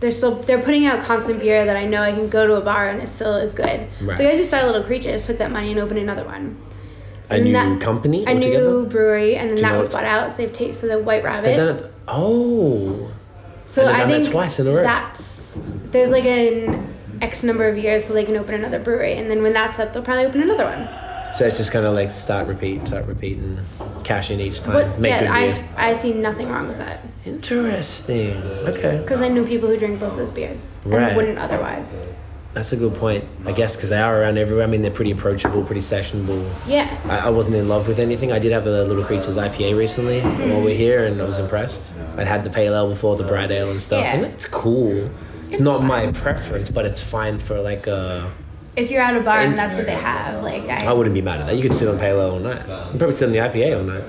C: they're still they're putting out constant beer that I know I can go to a bar and it still is good.
A: Right.
C: The guys who started Little Creatures took that money and opened another one.
A: A
C: And
A: new
C: that-
A: company?
C: a
A: altogether?
C: new brewery, and then
A: you know
C: that was
A: it's-
C: bought out. So they've taken so the White Rabbit.
A: They've done it. Oh,
C: So
A: And they've
C: I
A: done that
C: think
A: twice in a row.
C: That's there's like an X number of years so they can open another brewery, and then when that's up, they'll probably open another one.
A: so it's just kind of like start, repeat, start, repeat, and cash in each time.
C: But
A: Make
C: yeah,
A: good
C: I've
A: beer.
C: I see nothing wrong with that
A: Interesting. Okay,
C: because I know people who drink both those beers
A: Right.
C: and wouldn't otherwise.
A: that's a good point. I guess because they are around everywhere. I mean, they're pretty approachable, pretty sessionable.
C: Yeah,
A: I, I wasn't in love with anything. I did have a Little Creatures IPA recently while we're here, and I was impressed. I'd had the pale ale before, the bright ale and stuff,
C: Yeah.
A: and it's cool. It's, not my preference, but it's fine for like a.
C: if you're at a bar and that's what they have, like I,
A: I wouldn't be mad at that. You could sit on pale ale all night. You could probably sit on the IPA all night.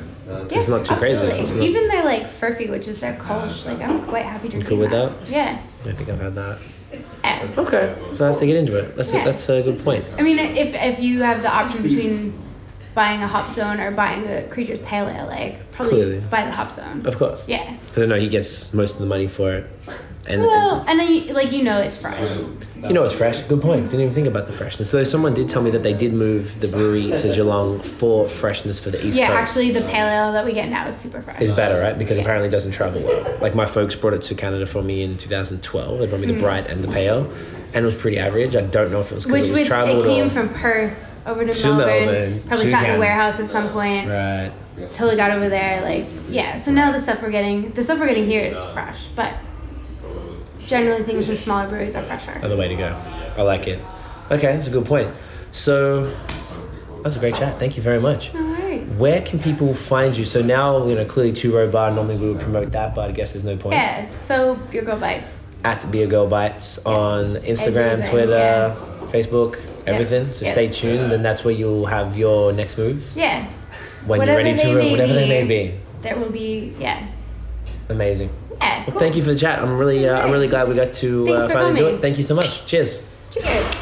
C: yeah,
A: it's not too crazy.
C: absolutely.
A: It's not-
C: Even their like furfy, which is their Kolsch, like I'm quite happy drinking
A: cool with that?
C: Yeah.
A: I don't think I've had that.
C: Eh.
A: Okay, so I have to get into it. That's a,
C: Yeah.
A: that's a good point.
C: I mean, if if you have the option between buying a hop zone or buying a creature's pale ale, like probably
A: Clearly.
C: buy the hop zone.
A: Of course.
C: Yeah.
A: Because I know he gets most of the money for it, and,
C: Well, and then you, like you know it's fresh.
A: and- you know it's fresh. Good point. Didn't even think about the freshness. So someone did tell me that they did move the brewery to Geelong for freshness for the East
C: Yeah,
A: Coast.
C: actually the pale ale that we get now is super fresh.
A: It's better, right? Because apparently it doesn't travel well. Like my folks brought it to Canada for me in 2012. They brought me
C: Hmm.
A: the bright and the pale, and it was pretty average. I don't know if it was because
C: Which
A: it was
C: was
A: traveled
C: it came
A: or
C: from Perth over to,
A: To
C: Melbourne,
A: Melbourne,
C: probably
A: to
C: sat in
A: Canada.
C: a warehouse at some point
A: right.
C: till it got over there. Like yeah, so now the stuff we're getting, the stuff we're getting here is fresh, but generally things from smaller breweries are fresher.
A: Other way to go. I like it. Okay, that's a good point. So that was a great chat. Thank you very much.
C: No worries.
A: Where can people find you? So now, you know, clearly Two Row Bar, normally we would promote that, but I guess there's no point.
C: Yeah, so your girl bites.
A: At Beer Girl Bites on Instagram,
C: Everything,
A: Twitter,
C: yeah.
A: Facebook, everything. So
C: yeah.
A: stay tuned, and that's where you'll have your next moves
C: Yeah,
A: when
C: whatever
A: you're ready
C: they
A: to roll,
C: may
A: whatever they may
C: be.
A: be.
C: there will be yeah.
A: Amazing.
C: Yeah,
A: Well,
C: cool.
A: thank you for the chat. I'm really, uh, I'm really glad we got to
C: Thanks
A: uh,
C: for
A: finally do
C: coming.
A: it. Thank you so much. Cheers.
C: Cheers.